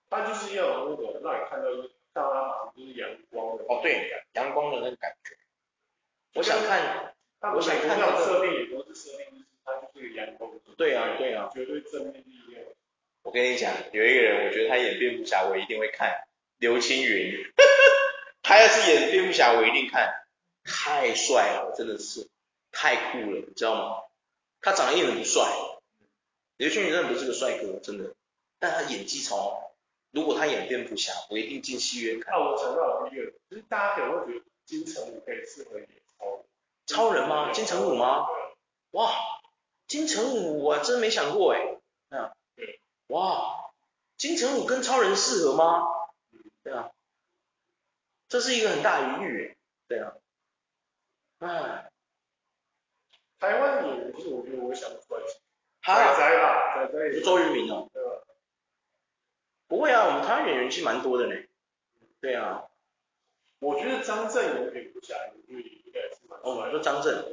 Speaker 1: 他就是要有那种让你看到看到他马上就是阳光的，
Speaker 2: 哦，对，阳光的那个感觉。我想看，
Speaker 1: 他们每个项设定也都是设定，就是它就是一个阳光的。
Speaker 2: 对啊，对啊。
Speaker 1: 绝对正面力量。
Speaker 2: 我跟你讲，有一个人，我觉得他演蝙蝠侠，我一定会看，刘青云。 他要是演蝙蝠侠，我一定看，太帅了，真的是太酷了，你知道吗？他长得一点都不帅，刘青云真的不是个帅哥，真的，但他演技超好。如果他演蝙蝠侠，我一定进戏院看。
Speaker 1: 啊，我想到了一个，就是大家可能会觉得金城武可以适合演超人。
Speaker 2: 超人吗？金城武吗？哇，金城武我真没想过哎。嗯，
Speaker 1: 对。
Speaker 2: 哇，金城武跟超人适合吗？对啊，这是一个很大疑虑哎。对啊。哎，
Speaker 1: 对？台湾演员，其实我觉得我想不出来。
Speaker 2: 哈，
Speaker 1: 仔仔吧，仔仔也
Speaker 2: 周渝民哦。
Speaker 1: 对吧？
Speaker 2: 不会啊，我们台湾演员其实蛮多的呢。对啊，
Speaker 1: 我觉得张震有点不下来，因为应该也是蛮
Speaker 2: 哦，我
Speaker 1: 帅
Speaker 2: 说
Speaker 1: 的。
Speaker 2: 张震，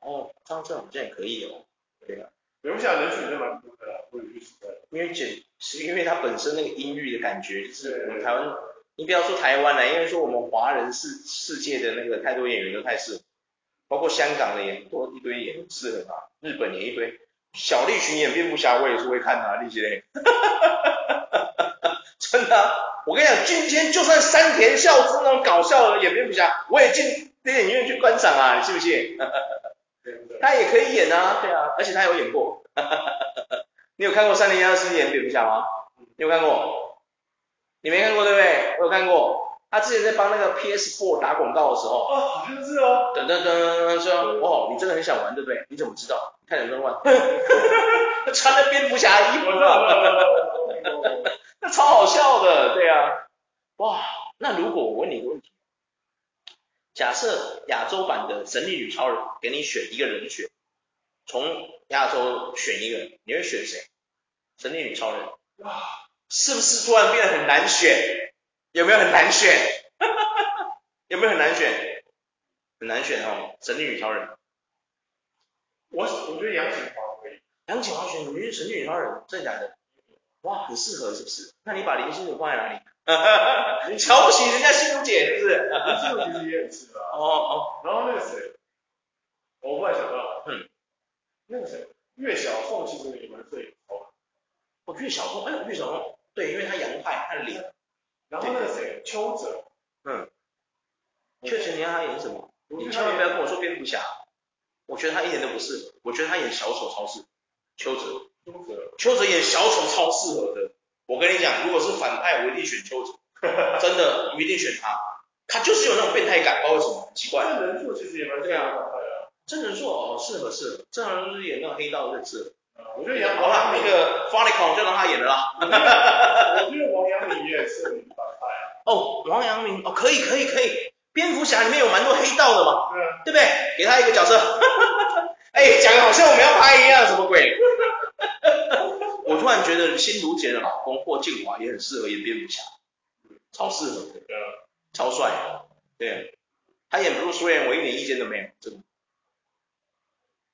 Speaker 2: 哦，张震好像也可以哦。对啊，
Speaker 1: 留下人选真蛮多的啦，我有去实在。
Speaker 2: 因为简是因为他本身那个音域的感觉，就是我们台湾，
Speaker 1: 湾
Speaker 2: 你不要说台湾了，因为说我们华人世世界的那个太多演员都太适合，包括香港的也多一堆演员适合嘛，日本也一堆。小栗旬演蝙蝠侠我也是会看的、啊，那些， 真的啊、我跟你讲，今天就算山田孝之那种搞笑的演蝙蝠侠，我也进电影院去观赏啊，你信不信？
Speaker 1: 真的。
Speaker 2: 他也可以演啊，对啊，而且他有演过。 你有看过《三零幺四》演蝙蝠侠吗？你有看过？你没看过对不对？我有看过。他之前在帮那个 PS4 打广告的时候，
Speaker 1: 哦，好像是哦。
Speaker 2: 噔噔噔噔说，哦，你真的很想玩对不对？你怎么知道？看人乱玩，他 穿着蝙蝠侠的衣服
Speaker 1: 我知道，我知道我知道我知道。
Speaker 2: 那超好笑的，对啊。哇，那如果我问你个问题，假设亚洲版的《神力女超人》给你选一个人选，从亚洲选一个人，你会选谁？神力女超人
Speaker 1: 哇，
Speaker 2: 是不是突然变得很难选？有没有很难选？ 有没有很难选？很难选哦，神力女超人。
Speaker 1: 我我觉得杨景华可以，
Speaker 2: 杨景华选女神女超人，真的假的？哇，很适合是不是？那你把林心如放在哪 里？你瞧不起人家心如姐是不是？
Speaker 1: 林志儒其实也很适合啊。
Speaker 2: 哦哦，
Speaker 1: 然后那个谁，我忽然想到，
Speaker 2: 嗯，
Speaker 1: 那个谁，岳小凤其实也蛮摄影头的。
Speaker 2: 哦，岳小凤，哎呦，岳小凤，对，因为她洋派，她脸，
Speaker 1: 然后那个谁，邱泽，
Speaker 2: 嗯，确实你让她演什么？
Speaker 1: 我
Speaker 2: 你
Speaker 1: 觉得
Speaker 2: 千
Speaker 1: 他演
Speaker 2: 万不要跟我说蝙蝠侠，我觉得她一点都不适合，我觉得她演小丑超适合，邱泽，
Speaker 1: 邱泽，
Speaker 2: 邱泽演小丑超适合的，我跟你讲，如果是反派，我一定选邱泽， 真的，我一定选他，他就是有那种变态感，不知道为什么，很奇怪。
Speaker 1: 这人数其实也蛮适合反派的啊。
Speaker 2: 真人做哦，适合适合，正常就是演那个黑道认识。
Speaker 1: 啊我觉得杨
Speaker 2: 好啦，那个 f a n i c o n 就让他演了啦。
Speaker 1: 我觉得王阳明也很适合演反派啊。
Speaker 2: 哦，王阳明哦，可以可以可以，蝙蝠侠里面有蛮多黑道的嘛，
Speaker 1: 对啊，
Speaker 2: 对不对？给他一个角色。 哎，讲的好像我们要拍一样，什么鬼？ 我突然觉得新如姐的老公霍建华也很适合演蝙蝠侠，超适合的，
Speaker 1: 对啊，
Speaker 2: 超帅的。对，他演 Bruce Wayne 我一点意见都没有，真的。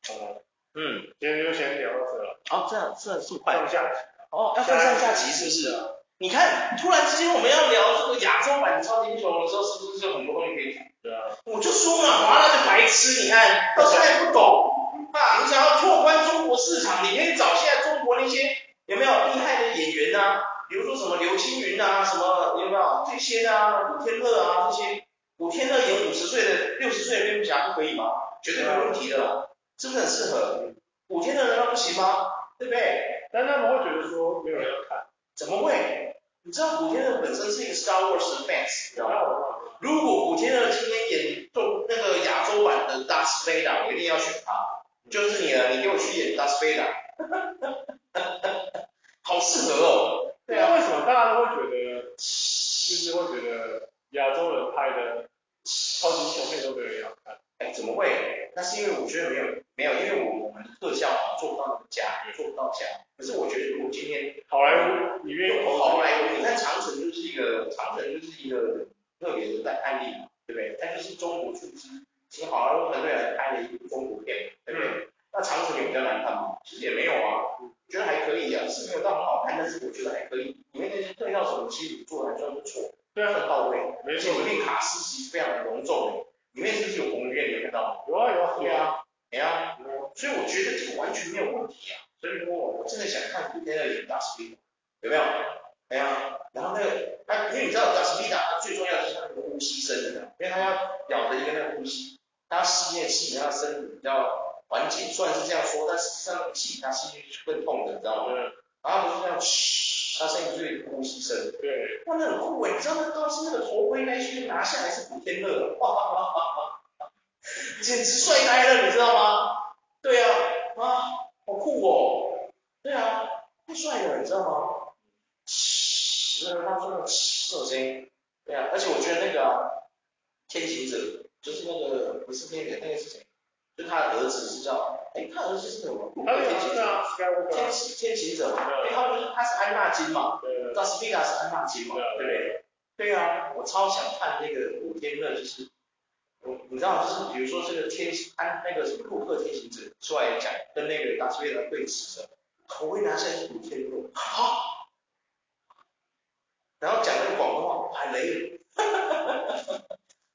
Speaker 1: 嗯
Speaker 2: 嗯，
Speaker 1: 今天就先聊到这了，
Speaker 2: 哦，这样这样这么快
Speaker 1: 上下集
Speaker 2: 哦，要分上下集是不是？你看，突然之间我们要聊这个亚洲版超级英雄的时候，是不是就很多东西可以讲？
Speaker 1: 对啊，
Speaker 2: 我就说嘛，华纳就白痴，你看到现在也不懂啊！你想要拓宽中国市场，你可以找现在中国那些有没有厉害的演员呐、啊比如说什么刘青云啊，什么有没有这些啊，古天乐啊这些，古天乐演五十岁的、六十岁的蝙蝠侠不可以吗？绝对没问题的啦，是不是很适合？古天乐难道不行吗？对不对？
Speaker 1: 但他们会觉得说没有人要看，
Speaker 2: 怎么会？你知道古天乐本身是一个 Star Wars 的 fans，你知
Speaker 1: 然
Speaker 2: 道吗？
Speaker 1: 后我
Speaker 2: 如果古天乐今天演中那个亚洲版的 Darth Vader，我一定要选他。就是你啊了，你给我去演 Darth Vader，好适合哦。
Speaker 1: 对啊，为什么大家都会觉得，就是会觉得亚洲人拍的超级英雄片都没有人要看？
Speaker 2: 哎，怎么会？那是因为我觉得没有没有，因为我我们的特效啊做不到那么假，也做不到假。可是我觉得如果今天
Speaker 1: 好莱坞，你愿意投
Speaker 2: 有
Speaker 1: 资
Speaker 2: 好莱坞，你看长城就是一个长城就是一个特别的案例嘛，对不对？它就是中国出资，请好莱坞团队来拍的一部中国片，对不对？那长城有比较难看吗？其实也没有啊，我觉得还可以啊，是没有到很好看，但是我觉得还可以，里面那些特效什么其实做的还算不错，
Speaker 1: 对啊，
Speaker 2: 很到位，
Speaker 1: 没
Speaker 2: 而且
Speaker 1: 错
Speaker 2: 里，面卡斯其实非常的隆重，里面是不是有彭于晏？你有看到吗？
Speaker 1: 有啊有啊
Speaker 2: 对
Speaker 1: 有啊，
Speaker 2: 啊，哎呀，所以我觉得这个完全没有问题啊。所以如果我真的想看古天乐演达斯比达，有没有？哎呀，然后那个，他因为你知道达斯比达最重要的是他那个呼吸声，你知道吗，因为他要咬着一个那个呼吸，他吸那气，他身体比较缓解，虽然是这样说，但实际上那个气他吸进去是更痛的，你知道吗？
Speaker 1: 嗯，
Speaker 2: 然后他不是这样，嘘，他声音就是有呼吸声。
Speaker 1: 对，
Speaker 2: 哇，那很酷哎！你知道那当时那个头盔那一区拿下来是古天乐，哇哇哇哇哇，简直帅呆了，你知道吗？对啊，啊，好酷哦！对啊，太帅了，你知道吗？嘘，那个他说的嘘这种声音，对啊，而且我觉得那个啊、天行者就是那个不是天行者，那个是谁？
Speaker 3: 就他的儿子是叫，哎，他儿子是什么？
Speaker 1: 他有
Speaker 3: 天行
Speaker 1: 是
Speaker 3: 者，
Speaker 1: 啊
Speaker 3: 天
Speaker 1: ，Skywalker，
Speaker 3: 行天行者嘛，
Speaker 1: 嗯
Speaker 3: 哎，他不是他是安纳金嘛，
Speaker 1: 对
Speaker 3: 达斯维达是安纳金嘛，
Speaker 1: 对啊
Speaker 3: 对不对？对啊，我超想看那个古天乐，就是，我你知道，就是比如说这个天行安那个什么洛克天行者出来讲，跟那个达斯维达对峙的，我会拿下来是古天乐，好，然后讲那个广东话，我喊雷人，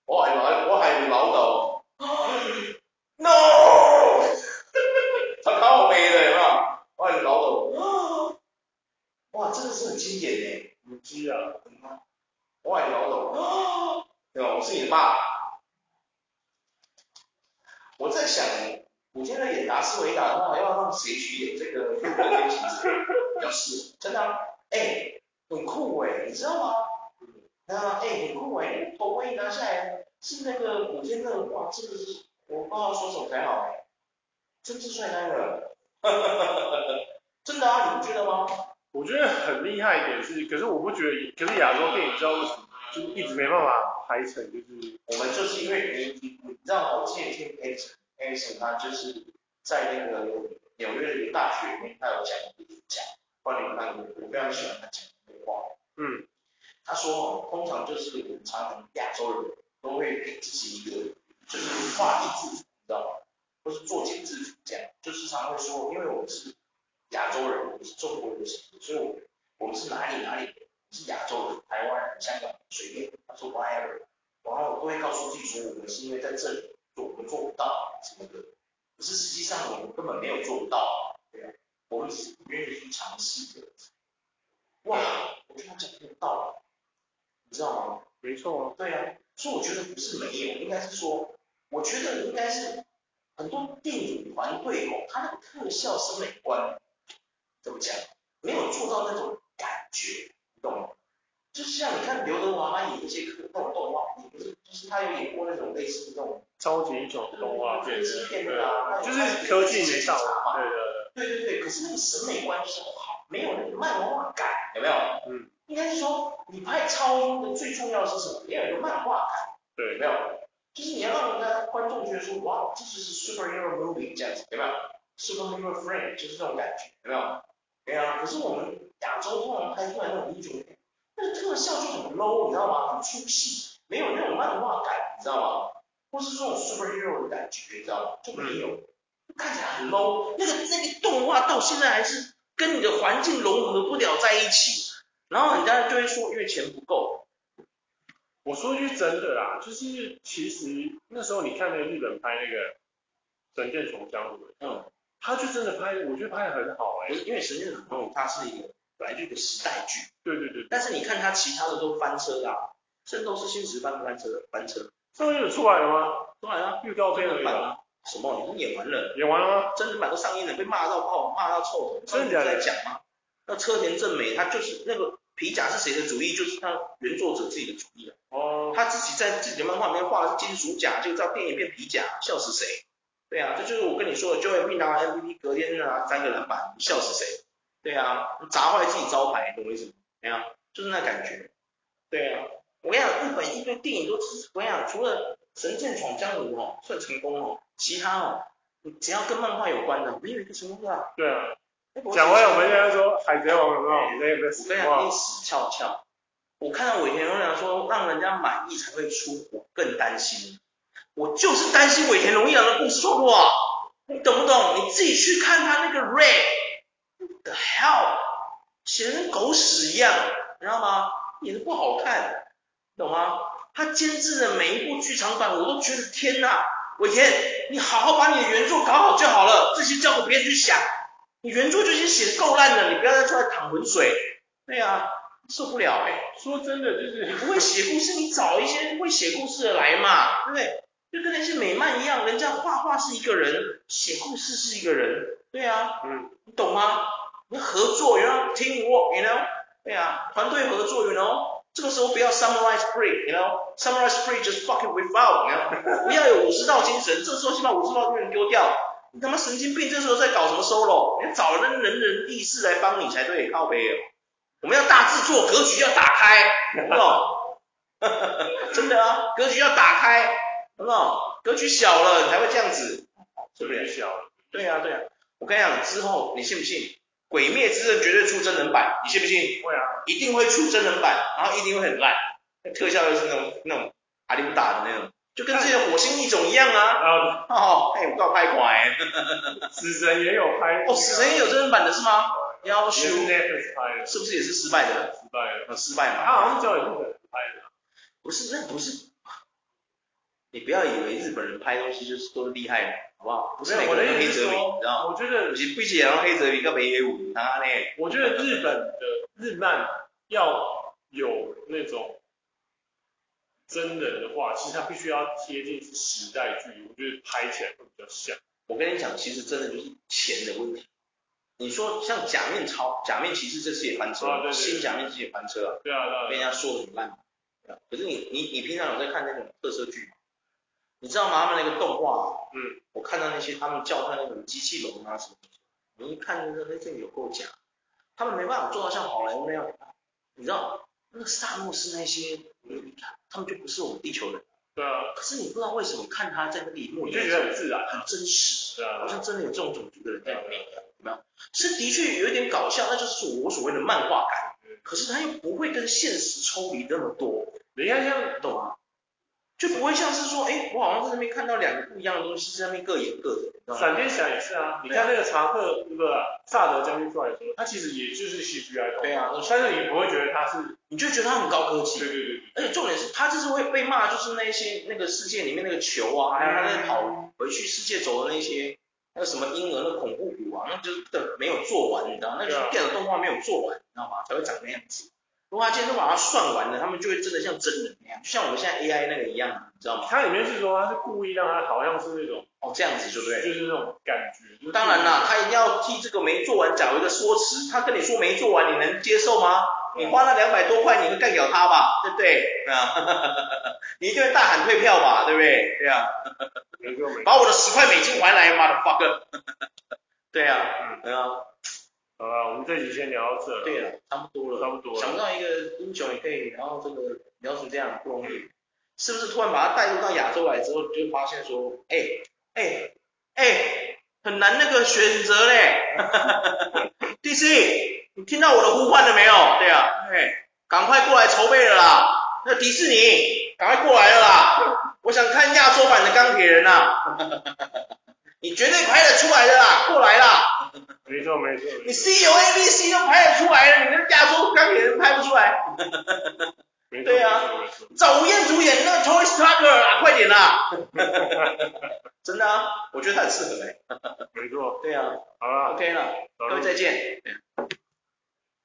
Speaker 3: 我系老我系老豆。no，他把我背了，有没有？哇，你老懂，哇，真的是很经典耶！
Speaker 1: 母鸡啊，
Speaker 3: 哇，你老懂，对吧？我是你爸。我在想，古天乐演达斯维达的话，要让谁去演这个复活天行者？要是真的啊，哎、很酷哎，你知道吗？那哎、很酷哎，那个头盔一拿下来是那个古天乐，哇，真的是我不知道说什么才好哎，真是帅呆了， 真的啊，你不觉得吗？
Speaker 1: 我觉得很厉害一点是，可是我不觉得，可是亚洲电影不知道为什么就是一直没办法拍成，就是
Speaker 3: 我们就是因为你你知道吗？我之前听 a s o n a s o n 他就是在那个纽约的一个大学里面，他有讲一个演讲，关于那个我非常喜欢他讲的一句话。
Speaker 1: 嗯，
Speaker 3: 他说哦，通常就是我们常常亚洲人都会给自己一个就是画地自主，你知道吗？或是作茧自缚这样，就是常会说，因为我们是亚洲人，我们是中国人，所以我们我们是哪里哪里人，我们是亚洲人，台湾人、香港人，随便，他说 whatever。然后都会告诉自己说，我们是因为在这里做，我们做不到什么的。可是实际上我们根本没有做不到，对啊，我们只是不愿意去尝试的。哇，我跟他讲这个道理，你知道吗？
Speaker 1: 没错啊，
Speaker 3: 对啊，所以我觉得不是没有，应该是说，我觉得应该是很多电影团队哦，它的特效审美观怎么讲，没有做到那种感觉，你懂吗？就是像你看刘德华他演一些那种动画啊片，不是，就是他有演过那种类似那种，
Speaker 1: 超级英雄动画片，对，
Speaker 3: 啊
Speaker 1: 就是科技没到，
Speaker 3: 嘛，
Speaker 1: 对的，
Speaker 3: 对对对，可是那个审美观就是好，没有那个漫画感，有没有？
Speaker 1: 嗯，
Speaker 3: 应该是说你拍超英的最重要的是什么？你要有一个漫画感。有
Speaker 1: 对，
Speaker 3: 没有？就是你要让人家观众觉得说，哇，这就是 superhero movie 这样子，有没有？superhero frame 就是这种感觉，有没有？对啊，可是我们亚洲通常拍出来那种英雄片，那个特效就很 low，你知道吗？很粗细，没有那种漫画感，你知道吗？或是这种 superhero 的感觉，你知道吗？就没有，就看起来很 low。
Speaker 2: 那个那个动画到现在还是跟你的环境融合不了在一起，然后人家就会说因为钱不够，
Speaker 1: 我说句真的啦，就是其实那时候你看那个日本拍那个《神剑闯江湖》，
Speaker 2: 嗯，
Speaker 1: 他就真的拍，我觉得拍的很好哎、
Speaker 2: 不是因为神剑闯江湖它是一个本来就一个时代剧，
Speaker 1: 对对对，
Speaker 2: 但是你看它其他的都翻车啦、圣斗士星矢翻不翻车？翻车，
Speaker 1: 这个有出来了吗？
Speaker 2: 当然啊，
Speaker 1: 预告片而已
Speaker 2: 版
Speaker 1: 吧，
Speaker 2: 啊，什么？你都演完了，
Speaker 1: 演完了吗？
Speaker 2: 真人版都上映了，被骂到爆，骂到臭头，
Speaker 1: 真的假的
Speaker 2: 上次在讲嘛，那车田正美他就是那个皮甲是谁的主意，就是他原作者自己的主意啊。
Speaker 1: 哦，
Speaker 2: 他自己在自己的漫画里面画的是金属甲，就照电影变皮甲，笑死谁？对啊，这就是我跟你说的 j o e y 拿完 MVP，隔天拿三个篮板，你笑死谁？对啊，砸坏自己招牌，懂我意思吗？对啊，就是那感觉。对啊，我跟你讲，日本一堆电影都是，我跟你讲，除了《神剑闯江湖》哦算成功哦，其他哦，你只要跟漫画有关的，没有一个成功的、啊。
Speaker 1: 对啊，
Speaker 2: 哎我
Speaker 1: 讲完我们现在说《海贼王》有没有？我们有没有
Speaker 2: 我跟你
Speaker 1: 死
Speaker 2: 讲，
Speaker 1: 亡
Speaker 2: 一？死翘翘。我看到尾田荣一郎说让人家满意才会出，我更担心。我就是担心尾田荣一郎的故事创作啊，你懂不懂？你自己去看他那个 Red the hell，写的跟狗屎一样，你知道吗？演的不好看，懂吗？他监制的每一部剧场版，我都觉得天哪，尾田，你好好把你的原作搞好就好了，这些交给别人去想。你原作就已经写的够烂了，你不要再出来淌浑水。对啊，受不了哎、
Speaker 1: 说真的，就是
Speaker 2: 你不会写故事，你找一些会写故事的来嘛，对不对？就跟那些美漫一样，人家画画是一个人，写故事是一个人，对啊，
Speaker 1: 嗯，
Speaker 2: 你懂吗？你合作，you know，team work，you know，对啊，团队合作，you know，这个时候不要 summarize free，you know，summarize free just fucking with out，you know，不要 有武士道精神，这时候先把武士道精神丢掉，你他妈神经病，这时候在搞什么 solo？你找人人人力士来帮你才对，靠背哦。我们要大制作，格局要打开，懂不 懂？真的啊，格局要打开，懂不懂？格局小了，你才会这样子。
Speaker 1: 这个就小了。
Speaker 2: 对啊，对啊。我跟你讲，之后你信不信，《鬼灭之刃》绝对出真人版，你信不信？
Speaker 1: 会啊，
Speaker 2: 一定会出真人版，然后一定会很烂，那特效又是那种那种阿里不打的那种，就跟之前《火星异种》一样啊。
Speaker 1: 啊，
Speaker 2: 哦，哎，我告拍款哎。
Speaker 1: 死神也有拍，
Speaker 2: 哦，死神也有真人版的是吗？要
Speaker 1: 也
Speaker 2: 修
Speaker 1: 是 Netflix 拍的，
Speaker 2: 是不是也是失败的？
Speaker 1: 失败了。
Speaker 2: 很失败
Speaker 1: 他
Speaker 2: 嘛？
Speaker 1: 好像是叫你不能拍的，
Speaker 2: 不是，那不是。你不要以为日本人拍东西就是都厉害的，好不好？不是
Speaker 1: 没
Speaker 2: 每
Speaker 1: 有
Speaker 2: 个
Speaker 1: 我的
Speaker 2: 人都
Speaker 1: 意
Speaker 2: 黑
Speaker 1: 思是
Speaker 2: 泽明，
Speaker 1: 说
Speaker 2: 你知道吗？
Speaker 1: 我觉得
Speaker 2: 有些不是人黑泽明跟北野武，他呢？
Speaker 1: 我觉得日本的日漫要有那种真人的话，其实它必须要贴近时代剧，我觉得拍起来会比较像。
Speaker 2: 我跟你讲，其实真的就是钱的问题。你说像假面超、假面骑士这次也翻车，
Speaker 1: 啊对对对
Speaker 2: 新假面骑士也翻车啊，
Speaker 1: 对啊，对啊
Speaker 2: 被
Speaker 1: 对
Speaker 2: 人
Speaker 1: 啊，
Speaker 2: 家说得很烂。可是你你你平常有在看那种特色剧吗？你知道吗？他们那个动画，啊
Speaker 1: 嗯，
Speaker 2: 我看到那些他们叫他那种机器龙啊什么，你一看那个那真的有够假，他们没办法做到像好莱坞那样。你知道那个萨诺斯那些，你看他们就不是我们地球人，
Speaker 1: 对啊，
Speaker 2: 可是你不知道为什么看他在那个荧幕
Speaker 1: 我
Speaker 2: 里
Speaker 1: 就
Speaker 2: 面
Speaker 1: 觉得很自然。
Speaker 2: 很真实。
Speaker 1: 对啊，
Speaker 2: 好
Speaker 1: 对啊
Speaker 2: 像真的有这种种族的人在里面，
Speaker 1: 对啊
Speaker 2: 有没有？是的确有一点搞笑，那就是我所谓的漫画感，
Speaker 1: 嗯
Speaker 2: 可是它又不会跟现实抽离那么多，
Speaker 1: 你看像
Speaker 2: 懂吗？就不会像是说，哎，我好像在那边看到两个不一样的东西，在那边各演各的，你知道吗？
Speaker 1: 闪电侠也是啊，你看那个查克那个啊萨德将军出来的时候，他其实也就是 CGI 的，
Speaker 2: 对啊，
Speaker 1: 但是你不会觉得他是，
Speaker 2: 你就觉得它很高科
Speaker 1: 对
Speaker 2: 技，
Speaker 1: 对对，
Speaker 2: 而且重点是它这次会被骂，就是那些那个世界里面那个球啊，还有它那跑回去世界走的那些。那个什么婴儿那恐怖谷啊，那就是没有做完，你知道吗，那就是电脑动画没有做完，你知道吗？才会长那样子。如果他今天都把它算完了，他们就会真的像真人那样，就像我们现在 AI 那个一样，你知道吗？
Speaker 1: 它里面是说他是故意让他好像是那种，
Speaker 2: 哦，这样子就对了。
Speaker 1: 就是那种感觉。就是
Speaker 2: 当然啦，他一定要替这个没做完找一个说辞。他跟你说没做完，你能接受吗？你花那两百多块，你会干掉他吧？对不对？啊， 你一定会大喊退票吧？对不对？对啊，
Speaker 1: 人就没。
Speaker 2: 把我的十块美金还来，妈的 fuck！对
Speaker 1: 嗯
Speaker 2: 啊，对啊。
Speaker 1: 好了，我们这集先聊到这了。
Speaker 2: 对了，差不多了，
Speaker 1: 差不多了
Speaker 2: 想不到一个英雄也可以，然后这个聊成这样不容易，是不是？突然把他带入到亚洲来之后，你就发现说，哎哎哎，很难那个选择嘞。DC，你听到我的呼唤了没有？对啊，哎，赶快过来筹备了啦。那迪士尼，赶快过来了啦！我想看亚洲版的钢铁人呐、 你绝对拍得出来的啦，过来啦！
Speaker 1: 没错没错。没错
Speaker 2: 你 C O A B C 都拍得出来了，你那亚洲钢铁人拍不出来。
Speaker 1: 没错
Speaker 2: 对啊
Speaker 1: 没错没错
Speaker 2: 找吴彦祖演那个 Toy Starker 啊，快点啦！真的啊，我觉得他很适合哎、
Speaker 1: 没错。
Speaker 2: 对啊
Speaker 1: 好了，
Speaker 2: ，OK 了，各位再见。